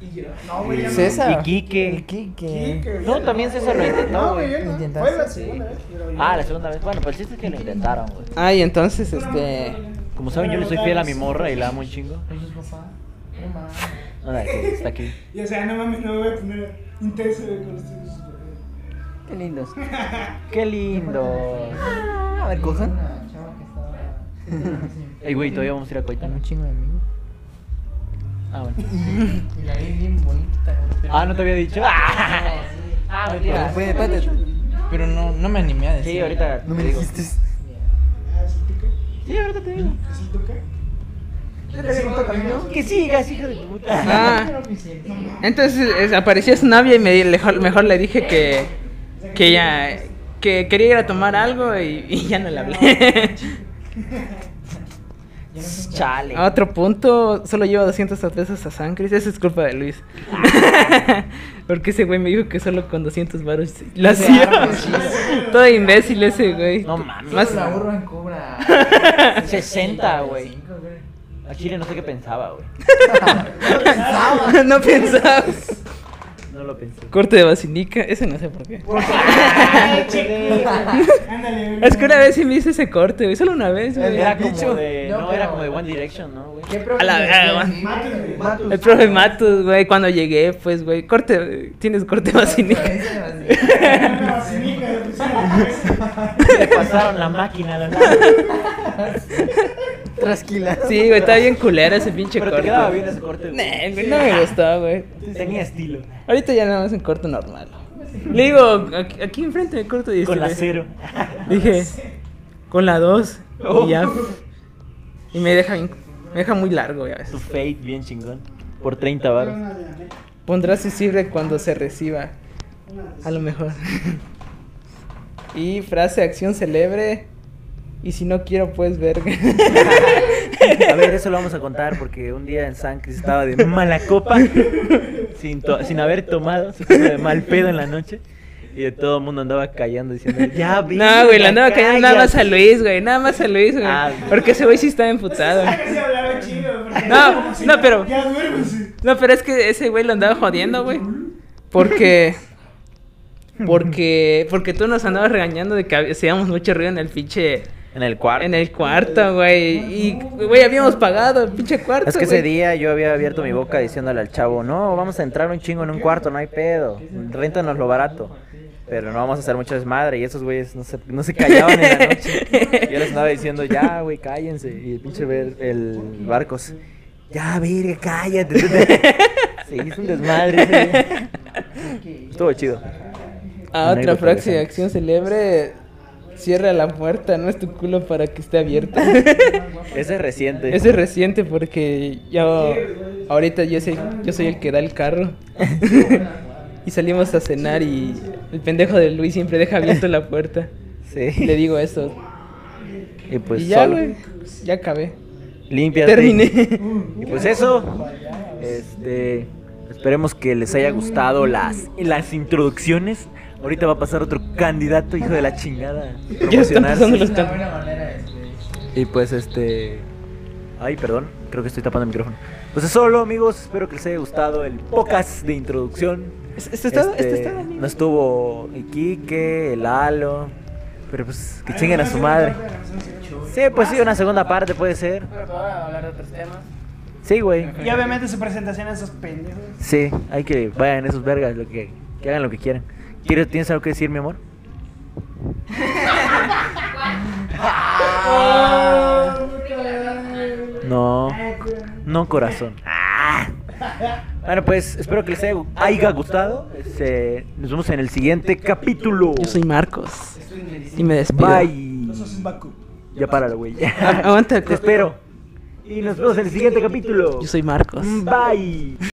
Speaker 4: No, güey, yo no.
Speaker 3: César.
Speaker 6: Y Quique.
Speaker 3: El Quique.
Speaker 4: Quique,
Speaker 6: No, también César lo
Speaker 4: No,
Speaker 6: intentó,
Speaker 4: güey,
Speaker 6: güey.
Speaker 4: yo Ah, no.
Speaker 3: Intentaste,
Speaker 4: Fue la segunda vez. pero yo-
Speaker 6: Ah, la segunda vez. Bueno, pues el chiste es que lo intentaron, güey.
Speaker 5: Ay, entonces, este.
Speaker 6: Como saben, yo le soy fiel a mi morra y la amo un chingo.
Speaker 3: Oye, papá, no mames.
Speaker 6: Ahora que está aquí.
Speaker 4: Y o sea, no mames, no me voy a poner. Un tercio de con este eh. los tuyos.
Speaker 6: Qué lindos. Qué lindos. Ah, A ver, cojan. (laughs) Ey, güey, todavía vamos a ir a Coitán.
Speaker 3: Un chingo de amigos.
Speaker 6: Ah, bueno.
Speaker 3: Y la vi bien bonita. Pero,
Speaker 6: Ah, no te había
Speaker 3: (laughs)
Speaker 6: dicho.
Speaker 3: ah, pero fue de pata. Pero no, no me animé a decir.
Speaker 6: Sí, ahorita. No me dijiste.
Speaker 4: Ah, ¿sí tú qué?
Speaker 6: Sí, ahorita te digo.
Speaker 4: ¿Sí tú qué?
Speaker 6: Que sigas, hijo de puta.
Speaker 5: Ah, entonces es- apareció su novia y me di- mejor, mejor le dije que, que ya que quería ir a tomar algo y, y ya no le hablé.
Speaker 6: Chale.
Speaker 5: A otro punto, solo lleva 200 cervezas a San Cris. Eso es culpa de Luis. Porque ese güey me dijo que solo con 200 varos lo hacía. (laughs) Todo imbécil ese güey.
Speaker 6: No mames.
Speaker 5: Más-
Speaker 3: La urban cobra.
Speaker 6: 60, güey. A Chile no sé qué pensaba, güey.
Speaker 5: (laughs) no pensabas.
Speaker 6: No lo pensé.
Speaker 5: Corte de basinica. Ese no sé por qué.
Speaker 4: Ay, chiquito. Ándale,
Speaker 6: (laughs)
Speaker 5: Es que una vez sí me hice ese corte, güey. Solo una vez, güey.
Speaker 6: Era
Speaker 1: bicho.
Speaker 6: como de.
Speaker 3: No,
Speaker 6: No, era
Speaker 3: pero-
Speaker 6: como de One Direction, ¿no, güey?
Speaker 5: A la verga, güey.
Speaker 4: Mátenme.
Speaker 5: El profe Matos, güey, cuando llegué, pues, güey, corte, tienes corte basinica.
Speaker 4: Una vacinica de presión en la cabeza.
Speaker 6: (laughs) Le pasaron la máquina, la verdad.
Speaker 1: Trasquila.
Speaker 5: (laughs) Sí, güey, estaba bien culera ese pinche
Speaker 6: Pero te
Speaker 5: corte.
Speaker 6: quedaba bien ese corte, güey.
Speaker 5: Nah, güey, no me gustó, güey.
Speaker 6: Tenía estilo.
Speaker 5: Ahorita ya nada más en corto normal. Le digo, aquí, aquí enfrente me corto 19.
Speaker 6: Con la (laughs) cero.
Speaker 5: Dije, con la 2. Y ya.
Speaker 6: Oh.
Speaker 5: Y me deja bien, me deja muy largo, ya ves.
Speaker 6: Tu fate bien chingón. Por 30 baros.
Speaker 4: Una de la neta.
Speaker 5: Pondrá su cifra cuando se reciba. A lo mejor. Y frase, acción celebre. Y si no quiero, pues verga.
Speaker 6: (laughs) A ver, eso lo vamos a contar porque un día en San Cris estaba de mala copa, sin, to- sin haber tomado, se puso de mal pedo en la noche. Y de todo el mundo andaba callando diciendo, ya vi.
Speaker 5: No, güey, le andaba cayendo nada más a Luis, güey. Nada más a Luis, güey.
Speaker 6: Ah.
Speaker 5: Porque ese güey sí
Speaker 6: (laughs)
Speaker 5: estaba emputado.
Speaker 4: Ah, que sí hablaba chido, porque
Speaker 5: No,
Speaker 4: era como si
Speaker 5: no, pero-
Speaker 4: Ya duérmese.
Speaker 5: No, pero es que ese güey lo andaba jodiendo, güey. Porque. Porque. Porque tú nos andabas regañando de que hacíamos mucho ruido en el pinche.
Speaker 6: En el cuarto.
Speaker 5: En el cuarto, güey. Y, güey, habíamos pagado el pinche cuarto. (laughs)
Speaker 6: Es que ese
Speaker 5: güey.
Speaker 6: día yo había abierto mi boca diciéndole al chavo, no, vamos a entrar un chingo en un cuarto, no hay pedo, réntanos lo barato. Pero no vamos a hacer mucho desmadre. Y esos güeyes no se, no se callaban en la noche. Yo les andaba diciendo, ya, güey, cállense. Y el pinche ver, el barcos, ya, verga, cállate. (laughs) Se hizo un desmadre. ese día. Estuvo chido.
Speaker 5: A Ah, otra
Speaker 6: Anécdota
Speaker 5: frase de
Speaker 6: de
Speaker 5: acción celebre. Cierra la puerta, no es tu culo para que esté abierta.
Speaker 6: (laughs) Ese es reciente.
Speaker 5: Ese es reciente porque yo. Ahorita yo soy, yo soy el que da el carro.
Speaker 6: (laughs)
Speaker 5: y salimos a cenar y el pendejo de Luis siempre deja abierta la puerta. Le
Speaker 6: Sí.
Speaker 5: digo eso.
Speaker 6: Y pues
Speaker 5: y ya,
Speaker 6: solo.
Speaker 5: güey. Ya acabé.
Speaker 6: Límpiate.
Speaker 5: (laughs) Terminé.
Speaker 6: Y pues eso, este, esperemos que les haya gustado las, las introducciones. Ahorita va a pasar otro candidato, hijo de la chingada. a
Speaker 5: ya están pasando los
Speaker 6: promocionarse.
Speaker 5: can-
Speaker 6: Y pues este... Ay, perdón, creo que estoy tapando el micrófono. Pues es solo, amigos, espero que les haya gustado el podcast de introducción.
Speaker 5: ¿Es- ¿Esto es todo? ¿Esto es
Speaker 6: Este,
Speaker 5: todo, amigo?
Speaker 6: No estuvo Iquique, el Halo, pero pues que chinguen a su madre. Sí, pues sí, una segunda parte puede ser.
Speaker 3: hablar de otros temas.
Speaker 6: Sí, güey.
Speaker 4: Y obviamente su presentación a esos pendejos.
Speaker 6: Sí, hay que vayan esos vergas, lo que, que hagan lo que quieran. ¿Quieres, ¿Tienes algo que decir, mi amor? No, no corazón. Ah. Bueno, pues espero que les haya, haya gustado. Este, nos vemos en el siguiente capítulo.
Speaker 5: Yo soy Marcos. Y me despido.
Speaker 6: Bye.
Speaker 4: Sos un Baku.
Speaker 6: Ya páralo,
Speaker 5: (laughs)
Speaker 6: güey.
Speaker 5: Aguanta.
Speaker 6: Te espero. Y nos vemos en el siguiente capítulo.
Speaker 5: Yo soy Marcos.
Speaker 6: Bye.